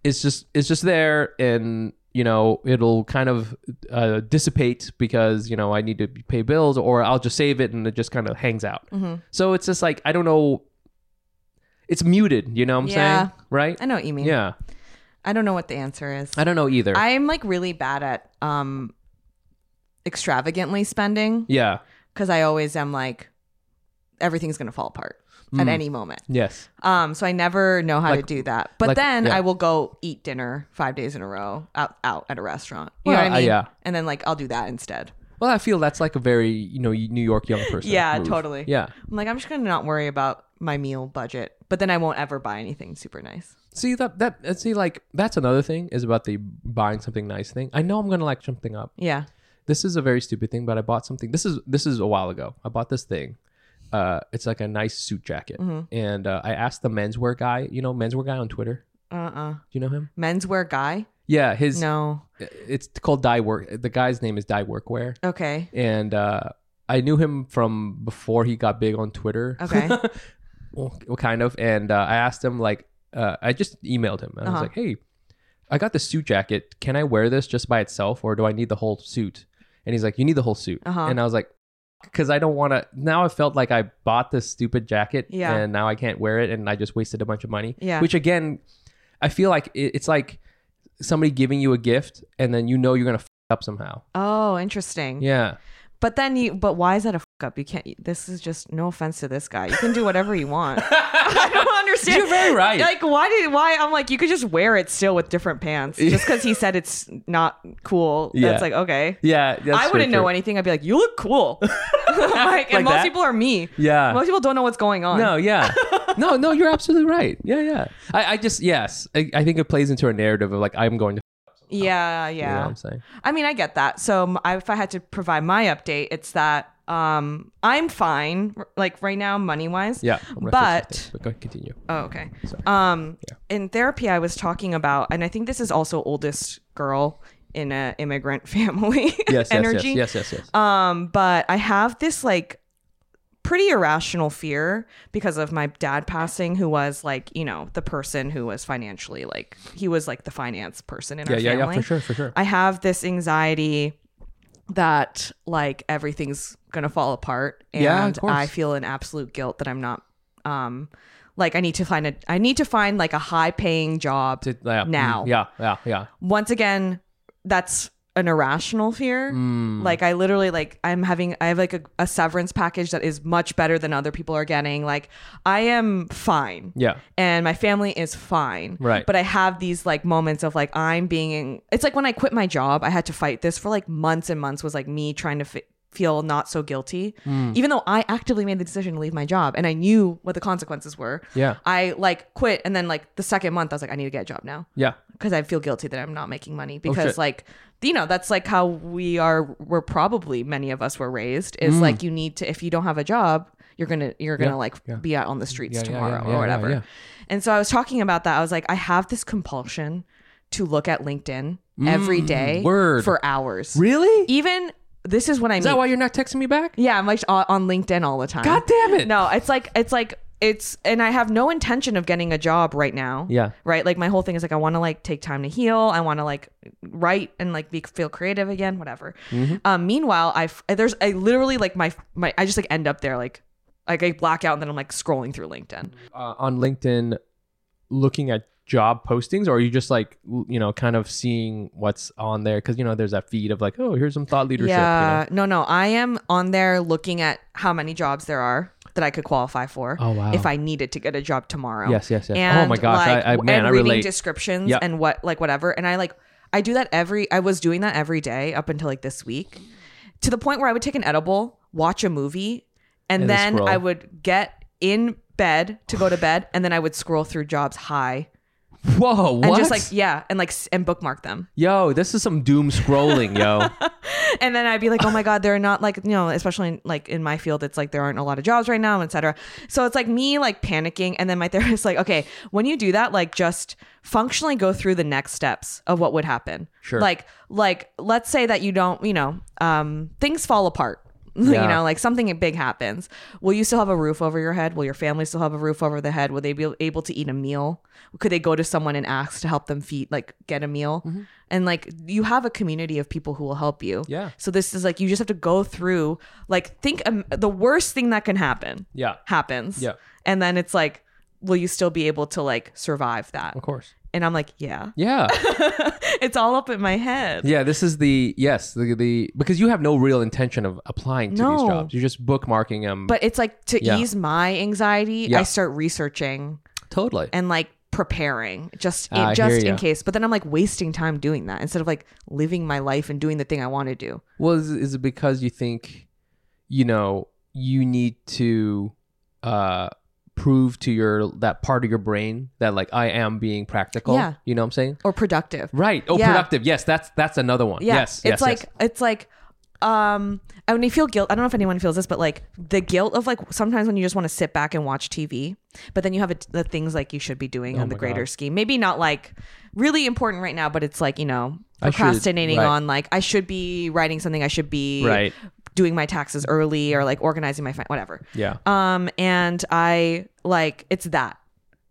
A: it's just it's just there and you know it'll kind of uh, dissipate because you know i need to pay bills or i'll just save it and it just kind of hangs out
B: Mhm.
A: so it's just like i don't know it's muted you know what i'm
B: Yeah.
A: saying right
B: I know what you mean.
A: yeah
B: I don't know what the answer is.
A: i don't know either
B: I'm like really bad at um extravagantly spending
A: yeah
B: because I always am like everything's gonna fall apart at any moment.
A: yes
B: Um, so I never know how
A: Mm. Like-
B: to do that. But
A: like-
B: then
A: yeah.
B: I will go eat dinner five days in a row out out at a restaurant. You know
A: Well,
B: what
A: uh,
B: I mean?
A: yeah.
B: And then like I'll do that instead.
A: well i feel that's like a very you know new york young person
B: Yeah,
A: move.
B: totally.
A: yeah
B: I'm like I'm just gonna not worry about my meal budget, but then I won't ever buy anything super nice.
A: See that that see like that's another thing is about the buying something nice thing. I know I'm gonna like something up.
B: Yeah.
A: This is a very stupid thing, but I bought something. This is this is a while ago. I bought this thing. Uh, it's like a nice suit jacket,
B: Mm. Mm-hmm.
A: and uh, I asked the menswear guy. You know, menswear guy on Twitter.
B: Uh uh
A: Do you know him?
B: Menswear guy?
A: Yeah, his.
B: No.
A: It's called Dye Work. The guy's name is Dye Workwear,
B: Okay.
A: and uh, I knew him from before he got big on Twitter.
B: Okay.
A: well, well, kind of. And uh, I asked him, like, uh, I just emailed him. And I was
B: Uh-huh.
A: like, hey, I got this suit jacket. Can I wear this just by itself or do I need the whole suit? And he's like, you need the whole suit.
B: Uh-huh.
A: And I was like, because I don't want to. Now I felt like I bought this stupid jacket
B: Yeah.
A: and now I can't wear it and I just wasted a bunch of money.
B: Yeah.
A: Which again, I feel like it, it's like somebody giving you a gift and then you know you're going to f up somehow.
B: Oh, interesting.
A: Yeah.
B: But then you, but why is that a fuck up? You can't, this is just no offense to this guy. You can do whatever you want. I don't understand.
A: You're very right.
B: Like, why did, why? I'm like, you could just wear it still with different pants just because he said it's not cool.
A: Yeah.
B: That's like, okay.
A: Yeah. that's
B: I
A: very
B: wouldn't
A: true.
B: know anything. I'd be like, you look cool. like,
A: Like
B: and most
A: that?
B: people are me.
A: Yeah.
B: Most people don't know what's going on.
A: No, yeah. no, no, you're absolutely right. Yeah, yeah. I, I just, yes, I, I think it plays into a narrative of like, I'm going to,
B: Yeah, yeah.
A: you know what I'm saying?
B: I mean, I get that. So m- I- if I had to provide my update, it's that um, I'm fine, r- like right now, money wise.
A: Yeah. I'm gonna fix
B: But-
A: this thing, but go continue.
B: Oh, okay. Um, in therapy, I was talking about, and I think this is also oldest girl in a immigrant family
A: Yes, yes,
B: energy.
A: yes, yes, yes, yes.
B: Um, but I have this like pretty irrational fear because of my dad passing, who was like, you know, the person who was financially like he was like the finance person in
A: yeah,
B: our
A: yeah, yeah,
B: family.
A: for sure, for sure.
B: I have this anxiety that like everything's gonna fall apart and
A: Yeah, of course.
B: I feel an absolute guilt that I'm not um like I need to find a I need to find like a high paying job.
A: To- yeah,
B: now.
A: mm, Yeah, yeah, yeah.
B: Once again, that's an irrational fear.
A: Hmm.
B: Like I literally like I'm having I have like a, a severance package that is much better than other people are getting. Like I am fine
A: Yeah.
B: and my family is fine.
A: Right.
B: But I have these like moments of like I'm being. It's like when I quit my job, I had to fight this for like months and months. Was like me trying to f- feel not so guilty,
A: Hmm.
B: even though I actively made the decision to leave my job and I knew what the consequences were.
A: Yeah.
B: I like quit, and then like the second month, I was like, I need to get a job now
A: Yeah.
B: because I feel guilty that I'm not making money
A: Oh, shit.
B: because like you know that's like how we are we're probably many of us were raised is like you need to if you don't have a job you're gonna you're gonna
A: Mm. Yeah,
B: like
A: yeah.
B: be out on the streets
A: Yeah, yeah, yeah,
B: tomorrow
A: yeah, yeah,
B: or whatever
A: yeah.
B: and so I was talking about that I was like I have this compulsion to look at LinkedIn every day
A: Mm, word.
B: for hours
A: Really? Is
B: even this is when I
A: that
B: meet-
A: why you're not texting me back?
B: yeah I'm like on on LinkedIn all the time
A: God damn it.
B: no it's like it's like it's and i have no intention of getting a job right now
A: Yeah.
B: right like my whole thing is like i want to like take time to heal i want to like write and like be feel creative again whatever um meanwhile i have there's i literally like my my i just like end up there like like i black out and then i'm like scrolling through linkedin
A: Uh, on LinkedIn, looking at job postings, or are you just like, l- you know, kind of seeing what's on there? Because, you know, there's that feed of like, oh, here's some thought leadership.
B: yeah no no i am on there looking at how many jobs there are that i could qualify for
A: Oh, wow.
B: if i needed to get a job tomorrow
A: You know? Yes, yes, yes.
B: and
A: oh my gosh.
B: like,
A: I, I, man,
B: and
A: I
B: reading
A: relate.
B: descriptions
A: Yep.
B: and what like whatever and i like i do that every i was doing that every day up until like this week to the point where i would take an edible watch a movie and,
A: And then
B: then
A: scroll.
B: i would get in bed to go to bed and then i would scroll through jobs high
A: Whoa, what?
B: and just like yeah and like s- and bookmark them
A: Yo, this is some doom scrolling, yo.
B: and then I'd be like, oh my God, there are not like, you know, especially in, like in my field, it's like there aren't a lot of jobs right now, et cetera. So it's like me like panicking. And then my therapist like, okay, when you do that, like just functionally go through the next steps of what would happen.
A: Sure.
B: Like, like let's say that you don't, you know, um, things fall apart. You
A: Yeah.
B: know, like something big happens. Will you still have a roof over your head? Will your family still have a roof over their head? Will they be able to eat a meal? Could they go to someone and ask to help them feed, like get a meal?
A: Mm-hmm.
B: And like you have a community of people who will help you.
A: Yeah.
B: So this is like you just have to go through. Like think um, the worst thing that can happen
A: Yeah.
B: happens.
A: Yeah.
B: And then it's like, will you still be able to like survive that?
A: Of course.
B: And I'm like, yeah.
A: Yeah.
B: it's all up in my head.
A: Yeah, this is the yes, the, the because you have no real intention of applying to these
B: No.
A: jobs. You're just bookmarking them.
B: But it's like to
A: Yeah.
B: ease my anxiety,
A: Yeah.
B: I start researching
A: totally.
B: and like preparing just in,
A: Ah, I
B: just
A: hear ya.
B: in case. But then I'm like wasting time doing that instead of like living my life and doing the thing I want to do.
A: well, is, is it because you think, you know, you need to uh prove to your that part of your brain that like I am being practical.
B: Yeah.
A: You know what I'm saying?
B: Or productive.
A: Right. Oh,
B: Yeah.
A: productive. Yes, that's that's another one.
B: Yeah.
A: Yes.
B: It's
A: yes,
B: like
A: yes.
B: it's like um I mean, I feel guilt. I don't know if anyone feels this, but like the guilt of like sometimes when you just want to sit back and watch TV, but then you have a, the things like you should be doing on
A: Oh
B: the
A: my
B: greater scheme. Maybe not like really important right now, but it's like you know
A: I should-
B: procrastinating
A: right.
B: on like I should be writing something. I should be
A: Right.
B: doing my taxes early or like organizing my fi- whatever.
A: yeah.
B: Um, and I like it's that.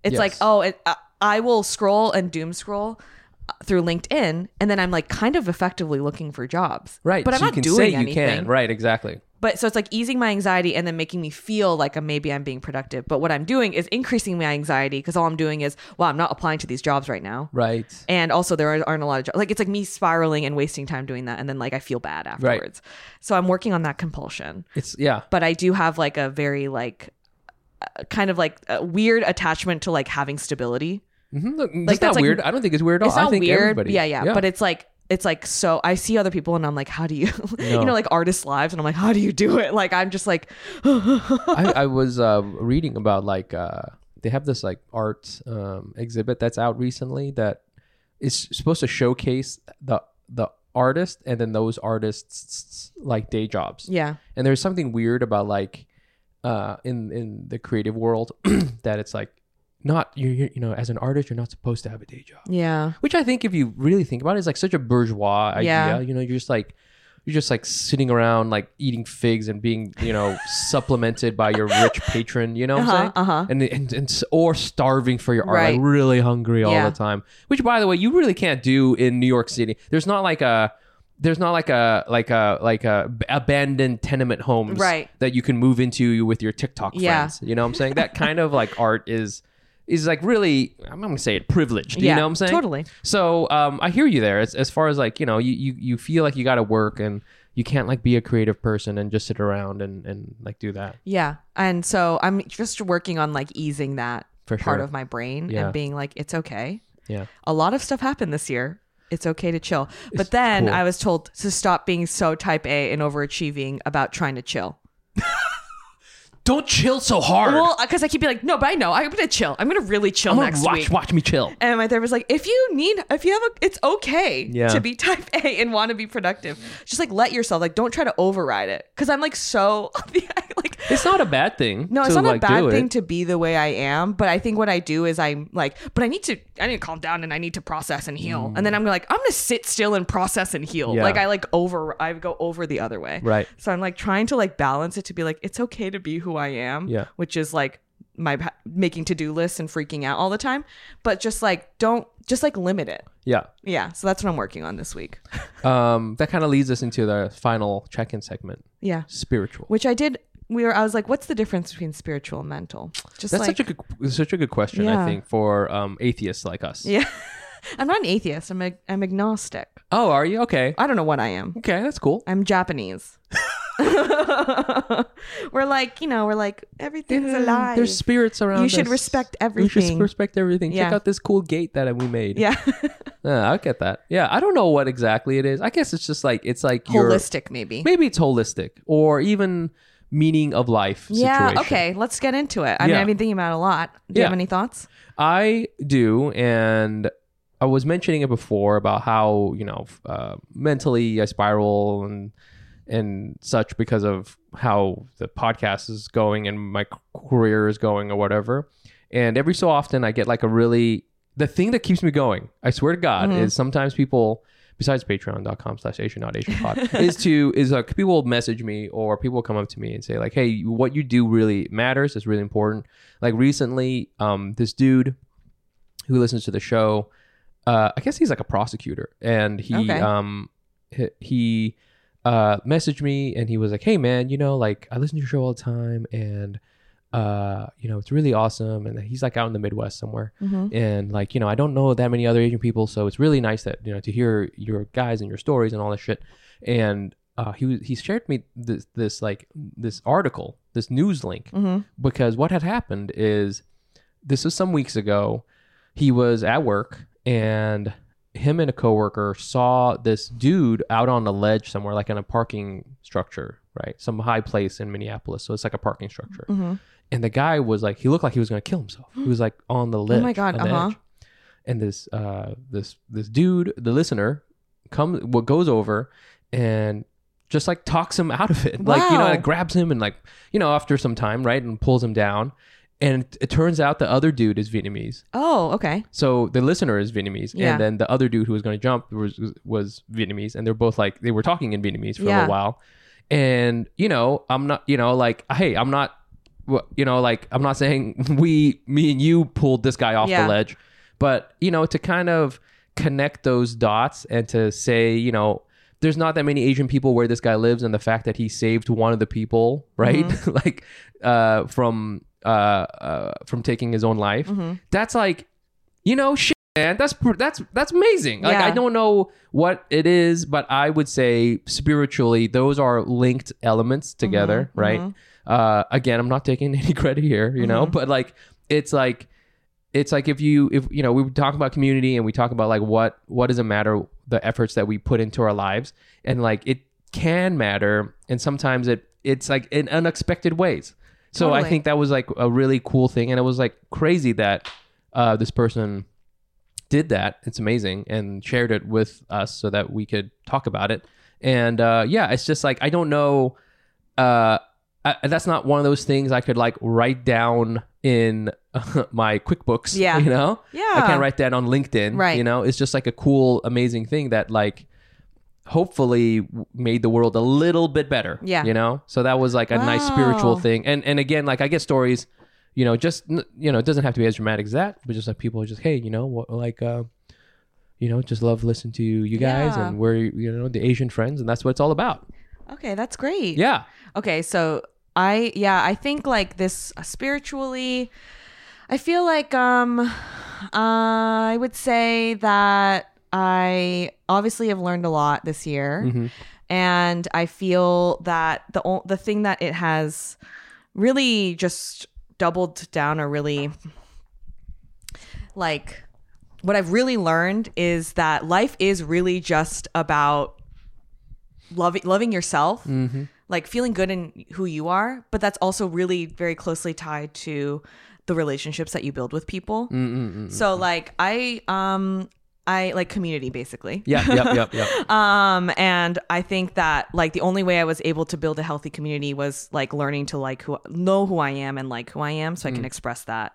B: It's
A: Yes.
B: like oh, it, I, I will scroll and doom scroll uh, through LinkedIn, and then I'm like kind of effectively looking for jobs.
A: Right.
B: but I'm
A: so
B: not
A: you can
B: doing
A: say
B: anything.
A: you can. Right. Exactly.
B: But so it's like easing my anxiety and then making me feel like I'm, maybe I'm being productive. But what I'm doing is increasing my anxiety because all I'm doing is wow, I'm not applying to these jobs right now.
A: Right.
B: And also, there aren't- aren't a lot of jobs. Like, it's like me spiraling and wasting time doing that. And then, like, I feel bad afterwards. So, I'm working on that compulsion
A: It's yeah.
B: but I do have like a very like uh, kind of like a weird attachment to like having stability.
A: Mhm. Look, it's
B: that's,
A: not
B: like,
A: weird. I don't think it's weird at all.
B: It's not
A: Oh, I think
B: weird.
A: everybody.
B: Yeah, yeah, But it's like it's like so I see other people and I'm like, how do you
A: No.
B: you know like artists' lives and I'm like, how do you do it? Like I'm just like
A: I, I was uh, reading about like uh, they have this like art um, exhibit that's out recently that is supposed to showcase the the artist and then those artists like day jobs.
B: Yeah.
A: And there's something weird about like uh, in in the creative world that it's like not you you you know as an artist you're not supposed to have a day job
B: Yeah.
A: which I think if you really think about it is like such a bourgeois idea.
B: Yeah.
A: You know, you're just like you're just like sitting around like eating figs and being you know supplemented by your rich patron. You know what I'm
B: Uh-huh.
A: saying?
B: Uh-huh.
A: And, and and s- or starving for your art,
B: Right.
A: like really hungry all
B: Yeah.
A: the time. Which, by the way, you really can't do in New York City. There's not like a there's not like a like a like a b- abandoned tenement homes
B: Right.
A: that you can move into with your TikTok
B: Yeah.
A: friends. You know what I'm saying? That kind of like art is is like really I'm not gonna say it privileged. You
B: Yeah,
A: know what I'm saying?
B: totally.
A: So um, I hear you there. As, as far as like you know, you, you you feel like you got to work and you can't like be a creative person and just sit around and and like do that.
B: Yeah. And so I'm just working on like easing that
A: For
B: part
A: sure.
B: of my brain
A: Yeah.
B: and being like, it's okay.
A: Yeah.
B: a lot of stuff happened this year. It's okay to chill. But then
A: cool.
B: I was told to stop being so type A and overachieving about trying to chill.
A: Don't chill so hard.
B: Well, because I keep being like, no, but I know I'm gonna chill. I'm gonna really chill
A: Come on,
B: next
A: watch
B: week.
A: watch me chill.
B: And my therapist was like, if you need, if you have a, it's okay
A: Yeah.
B: to be type A and want to be productive. Just like let yourself, like don't try to override it. Because I'm like so, like
A: It's not a bad thing.
B: No, it's
A: to,
B: not
A: like,
B: a bad
A: do
B: thing
A: It.
B: to be the way I am, but I think what I do is I'm like, but I need to, I need to calm down and I need to process and heal. And then I'm like, I'm gonna sit still and process and heal.
A: Yeah.
B: Like I like over, I go over the other way.
A: Right.
B: So I'm like trying to like balance it to be like, it's okay to be who I am.
A: Yeah.
B: Which is like my pa- making to do lists and freaking out all the time, but just like don't, just like limit it.
A: Yeah.
B: Yeah. So that's what I'm working on this week.
A: Um, that kind of leads us into the final check-in segment,
B: Yeah.
A: spiritual.
B: Which I did. We were. I was like, what's the difference between spiritual and mental? Just
A: That's
B: like,
A: such a good, such a good question. I
B: Yeah.
A: think for um, atheists like us.
B: Yeah. I'm not an atheist. I'm, ag- I'm agnostic.
A: Oh, are you okay?
B: I don't know what I am.
A: Okay, that's cool.
B: I'm Japanese. we're like, you know, we're like, everything's alive.
A: Mm, There's spirits around.
B: You
A: us.
B: should respect
A: You should
B: everything.
A: respect everything. Check
B: Yeah.
A: out this cool gate that we made.
B: yeah.
A: Yeah, I get that. Yeah, I don't know what exactly it is. I guess it's just like it's like your
B: Holistic, maybe.
A: maybe it's holistic or even meaning of life.
B: Yeah.
A: situation.
B: Okay. Let's get into it. I mean,
A: Yeah.
B: I've been thinking about it a lot. Do you
A: Yeah.
B: have any thoughts?
A: I do, and I was mentioning it before about how you know f- uh, mentally I spiral and and such because of how the podcast is going and my c- career is going or whatever. And every so often I get like a really the thing that keeps me going. I swear to God is sometimes people besides patreon.com slash Asian not Asian pod is to is like people will message me or people will come up to me and say like, hey, what you do really matters. It's really important. Like recently, um, this dude who listens to the show, uh, I guess he's like a prosecutor, and he
B: Okay.
A: um he- he uh messaged me and he was like, hey man, you know, like I listen to your show all the time and uh, you know, it's really awesome. And he's like out in the Midwest somewhere.
B: Mm-hmm,
A: And like, you know, I don't know that many other Asian people. So it's really nice that, you know, to hear your guys and your stories and all that shit. And uh, he was, he shared me this, this like this article, this news link,
B: mm-hmm,
A: because what had happened is this was some weeks ago. He was at work and him and a coworker saw this dude out on a ledge somewhere, like in a parking structure, right? Some high place in Minneapolis. So it's like a parking structure
B: mm-hmm.
A: and the guy was like he looked like he was gonna kill himself he was like on the ledge
B: my God,
A: on the
B: uh-huh.
A: edge. and this uh this this dude the listener comes what goes over and just like talks him out of it like you know
B: Wow.
A: like grabs him and like you know after some time right and pulls him down and it, it turns out the other dude is vietnamese
B: Oh, okay.
A: so the listener is vietnamese
B: Yeah.
A: and then the other dude who was going to jump was was vietnamese and they're both like they were talking in vietnamese for a
B: Yeah.
A: little while and you know i'm not you know like hey i'm not wh- you know like i'm not saying we me and you pulled this guy off
B: Yeah.
A: the ledge but you know to kind of connect those dots and to say you know there's not that many asian people where this guy lives and the fact that he saved one of the people right like uh from uh, uh from taking his own life that's like you know shit man that's pr- that's that's amazing like
B: Yeah.
A: i don't know what it is but i would say spiritually those are linked elements together right uh again i'm not taking any credit here you know but like it's like it's like if you if you know we talk about community and we talk about like what what does it matter the efforts that we put into our lives and like it can matter and sometimes it it's like in unexpected ways so i
B: Totally.
A: think that was like a really cool thing and it was like crazy that uh this person did that it's amazing and shared it with us so that we could talk about it and uh yeah it's just like i don't know uh I, that's not one of those things I could like write down in my QuickBooks.
B: Yeah.
A: You know?
B: Yeah.
A: I can't write that on LinkedIn.
B: Right.
A: You know, it's just like a cool, amazing thing that like hopefully w- made the world a little bit better.
B: Yeah.
A: You know? So that was like a nice spiritual
B: Wow.
A: thing. And and again, like I get stories, you know, just n- you know, it doesn't have to be as dramatic as that, but just like people are just, hey, you know, what like uh you know, just love listening to you guys,
B: Yeah.
A: and we're you know the Asian friends, and that's what it's all about.
B: Okay, that's great.
A: Yeah,
B: Okay, so I yeah, I think like this uh, spiritually I feel like um I would say that I obviously have learned a lot this year and I feel that the o- the thing that it has really just doubled down or really like what I've really learned is that life is really just about loving loving yourself, like feeling good in who you are, but that's also really very closely tied to the relationships that you build with people.
A: Mm-hmm.
B: So like I um I like community basically.
A: yeah, yep, yep, yep.
B: Um, and I think that like the only way I was able to build a healthy community was like learning to like who know who I am and like who I am, so I can express that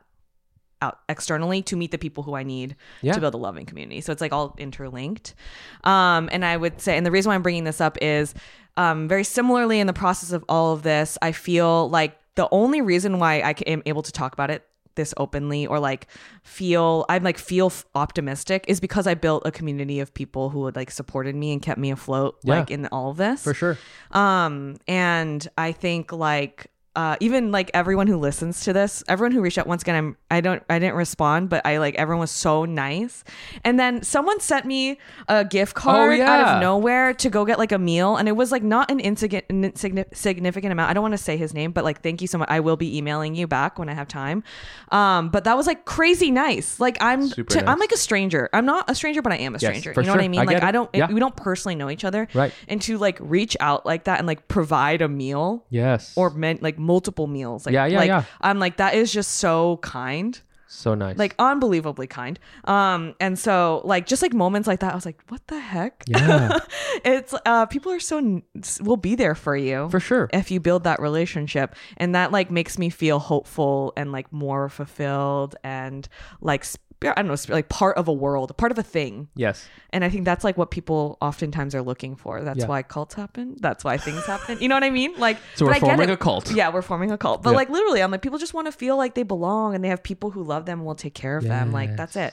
B: out externally to meet the people who I need
A: Yeah.
B: to build a loving community. So it's like all interlinked. Um, and I would say, and the reason why I'm bringing this up is, um, very similarly in the process of all of this, I feel like the only reason why I ca- am able to talk about it this openly or like feel I'm like feel f- optimistic is because I built a community of people who had like supported me and kept me afloat
A: Yeah.
B: like in all of this
A: For sure.
B: um and i think like uh even like everyone who listens to this everyone who reached out once again i'm i don't i didn't respond but i like everyone was so nice and then someone sent me a gift card out
A: Oh, yeah.
B: of nowhere to go get like a meal and it was like not an insignificant significant amount i don't want to say his name but like thank you so much i will be emailing you back when i have time um but that was like crazy nice like i'm
A: Super
B: to- i'm
A: nice.
B: like a stranger i'm not a stranger but i am a stranger
A: for
B: you know what
A: sure.
B: i mean
A: I
B: like
A: get it.
B: i don't
A: Yeah.
B: we don't personally know each other
A: Right.
B: and to like reach out like that and like provide a meal
A: Yes.
B: or meant like multiple meals like
A: Yeah, yeah,
B: like
A: yeah.
B: i'm like that is just so kind
A: so nice.
B: like unbelievably kind um and so like just like moments like that i was like what the heck
A: yeah,
B: it's uh people are so n- will be there for you
A: for sure.
B: if you build that relationship and that like makes me feel hopeful and like more fulfilled and like sp- I don't know, sp- like part of a world, part of a thing.
A: Yes.
B: And I think that's like what people oftentimes are looking for. That's
A: Yeah.
B: why cults happen. That's why things happen. You know what I mean? Like,
A: So
B: but
A: we're
B: I get
A: forming
B: it.
A: a cult.
B: Yeah, we're forming a cult. But
A: Yeah.
B: like literally, I'm like, people just want to feel like they belong and they have people who love them and will take care of them. Like that's it.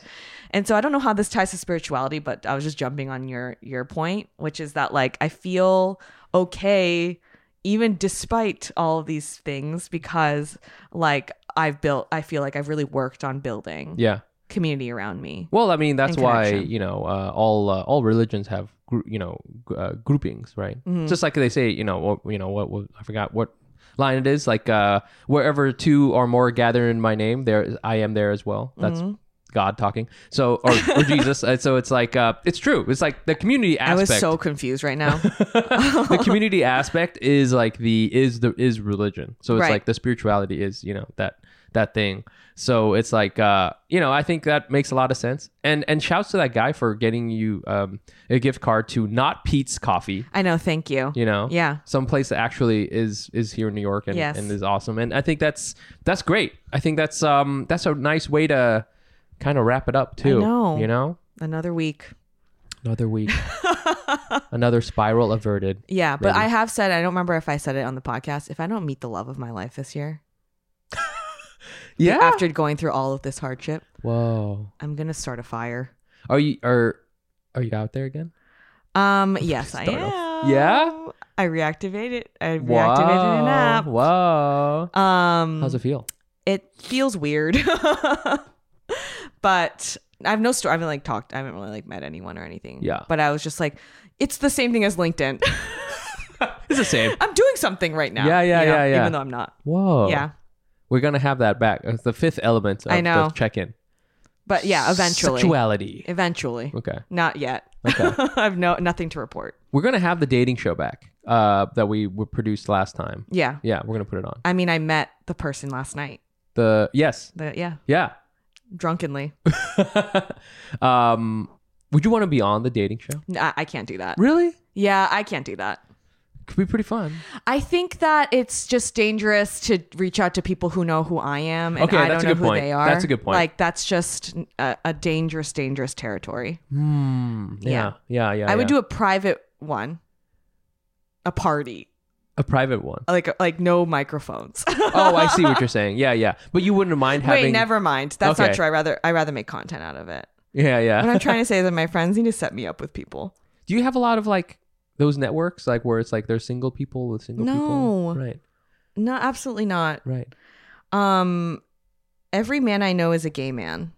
B: And so I don't know how this ties to spirituality, but I was just jumping on your your point, which is that like I feel okay even despite all of these things because like I've built I feel like I've really worked on building
A: Yeah.
B: community around me.
A: Well, I mean, that's
B: And
A: why
B: connection.
A: you know uh, all uh, all religions have grou- you know gr- uh, groupings, right?
B: Mm-hmm.
A: Just like they say, you know, what, you know what, what I forgot what line it is. Like uh, wherever two or more gather in my name, there I am there as well. That's
B: Mm-hmm.
A: God talking. So or, or Jesus. Uh, So it's like uh, it's true. It's like the community
B: I was
A: aspect.
B: so confused right now.
A: the community aspect is like the is the is religion. So it's
B: Right.
A: like the spirituality is you know that that thing. So it's like uh you know I think that makes a lot of sense. And and shouts to that guy for getting you um a gift card to not Pete's Coffee.
B: I know, thank you.
A: You know
B: Yeah.
A: some place that actually is is here in New York and,
B: Yes.
A: and is awesome. And I think that's that's great. I think that's um that's a nice way to kind of wrap it up too.
B: know.
A: You know
B: Another week.
A: another week, another spiral averted.
B: Yeah, but
A: Really.
B: I have said I don't remember if I said it on the podcast. If I don't meet the love of my life this year,
A: Yeah.
B: after going through all of this hardship,
A: Whoa.
B: I'm gonna start a fire.
A: Are you are are you out there again?
B: Um, yes, I
A: Start
B: am.
A: off. Yeah?
B: I reactivated it. I reactivated an app.
A: Wow.
B: Um,
A: How's it feel?
B: it feels weird, but I have no story. I haven't like talked. I haven't really like met anyone or anything.
A: Yeah.
B: but I was just like, it's the same thing as LinkedIn.
A: It's the same.
B: I'm doing something right now.
A: Yeah, yeah,
B: you know,
A: yeah, Oh. yeah.
B: Even though I'm not.
A: Whoa.
B: Yeah,
A: We're gonna have that back. It's the fifth element of
B: I know.
A: the check in.
B: but yeah, eventually.
A: Sexuality.
B: Eventually.
A: Okay.
B: Not yet.
A: Okay.
B: I've no nothing to report.
A: We're gonna have the dating show back. Uh that we were produced last time.
B: Yeah.
A: Yeah, we're gonna put it on.
B: I mean, I met the person last night.
A: The yes.
B: The, yeah,
A: Yeah.
B: drunkenly.
A: um would you wanna be on the dating show?
B: N- I, I can't do that.
A: Really?
B: Yeah, I can't do that.
A: Could be pretty fun.
B: I think that it's just dangerous to reach out to people who know who I am and
A: Okay,
B: I
A: that's
B: don't
A: a
B: know
A: good
B: who
A: point.
B: they are.
A: That's a good point.
B: Like that's just a, a dangerous, dangerous territory.
A: Hmm. Yeah.
B: Yeah.
A: Yeah. Yeah.
B: I would do a private one, a party,
A: a private one.
B: like like no microphones.
A: oh, I see what you're saying. Yeah, yeah. But you wouldn't mind having.
B: Wait, never mind. That's
A: Okay.
B: not true. I rather I rather make content out of it.
A: Yeah,
B: What I'm
A: yeah.
B: trying to say is that my friends need to set me up with people.
A: Do you have a lot of like those networks, like where it's like they're single people with single people?
B: No.
A: Right,
B: No, absolutely not.
A: right.
B: Um, every man I know is a gay man.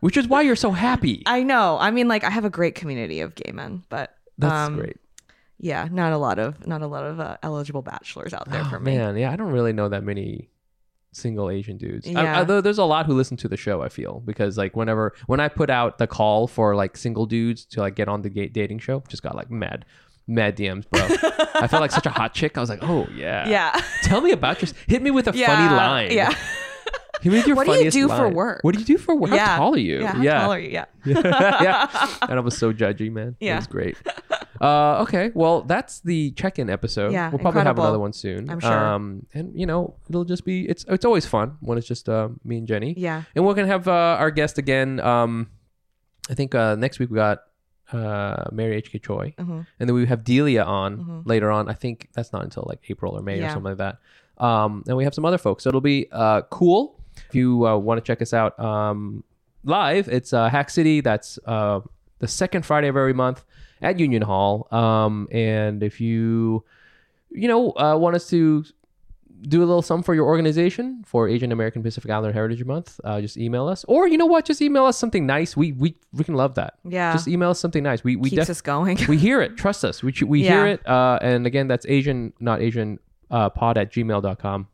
A: Which is why you're so happy.
B: I know. I mean, like, I have a great community of gay men, but
A: That's
B: um,
A: great.
B: Yeah, not a lot of not a lot of uh, eligible bachelors out there
A: Oh,
B: for me.
A: man, yeah, I don't really know that many single Asian dudes. I,
B: Yeah.
A: although there's a lot who listen to the show, I feel because like whenever when I put out the call for like single dudes to like get on the ga- dating show, just got like mad, mad DMs, bro. I felt like such a hot chick. I was like, oh yeah,
B: Yeah,
A: Tell me about your. Hit me with a
B: yeah,
A: funny line.
B: Yeah,
A: Hit me with your
B: What do you
A: funniest
B: do for
A: line.
B: work?
A: What do you do for work?
B: yeah.
A: How tall are you?
B: Yeah, how tall are you? Yeah.
A: yeah. And I was so judgy, man. It
B: Yeah.
A: was great. Uh, okay. Well, that's the check-in episode.
B: Yeah,
A: We'll probably have
B: incredible.
A: another one soon.
B: I'm sure.
A: Um, and you know, it'll just be it's it's always fun when it's just uh, me and Jenny.
B: Yeah.
A: And we're gonna have uh, our guest again. Um, I think uh, next week we got uh, Mary H K Choi,
B: Mhm.
A: and then we have Delia on later on. I think that's not until like April or May or
B: Mm-hmm. Yeah.
A: something like that. Um, and we have some other folks, so it'll be uh, cool. If you uh, want to check us out um, live, it's uh, Hack City. That's uh, the second Friday of every month at Union Hall. Um, and if you you know uh, want us to do a little sum for your organization for Asian American Pacific Islander Heritage Month, uh, just email us. Or you know what? Just email us something nice. We we freaking love that.
B: Yeah.
A: Just email us something nice. We we
B: Keeps
A: def-
B: us going.
A: we hear it. Trust us. We ch- we hear
B: Yeah.
A: it. Uh, and again, that's Asian not Asian uh, pod at gmail.com.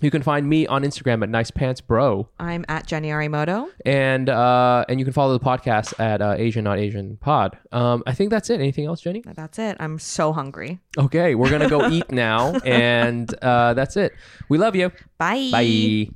A: You can find me on Instagram at nice pants bro,
B: I'm at Jenny Arimoto.
A: and uh, and you can follow the podcast at uh, Asian not Asian pod. Um, I think that's it. Anything else, Jenny?
B: That's it. I'm so hungry.
A: Okay, we're gonna go eat now, and uh, that's it. We love you. Bye.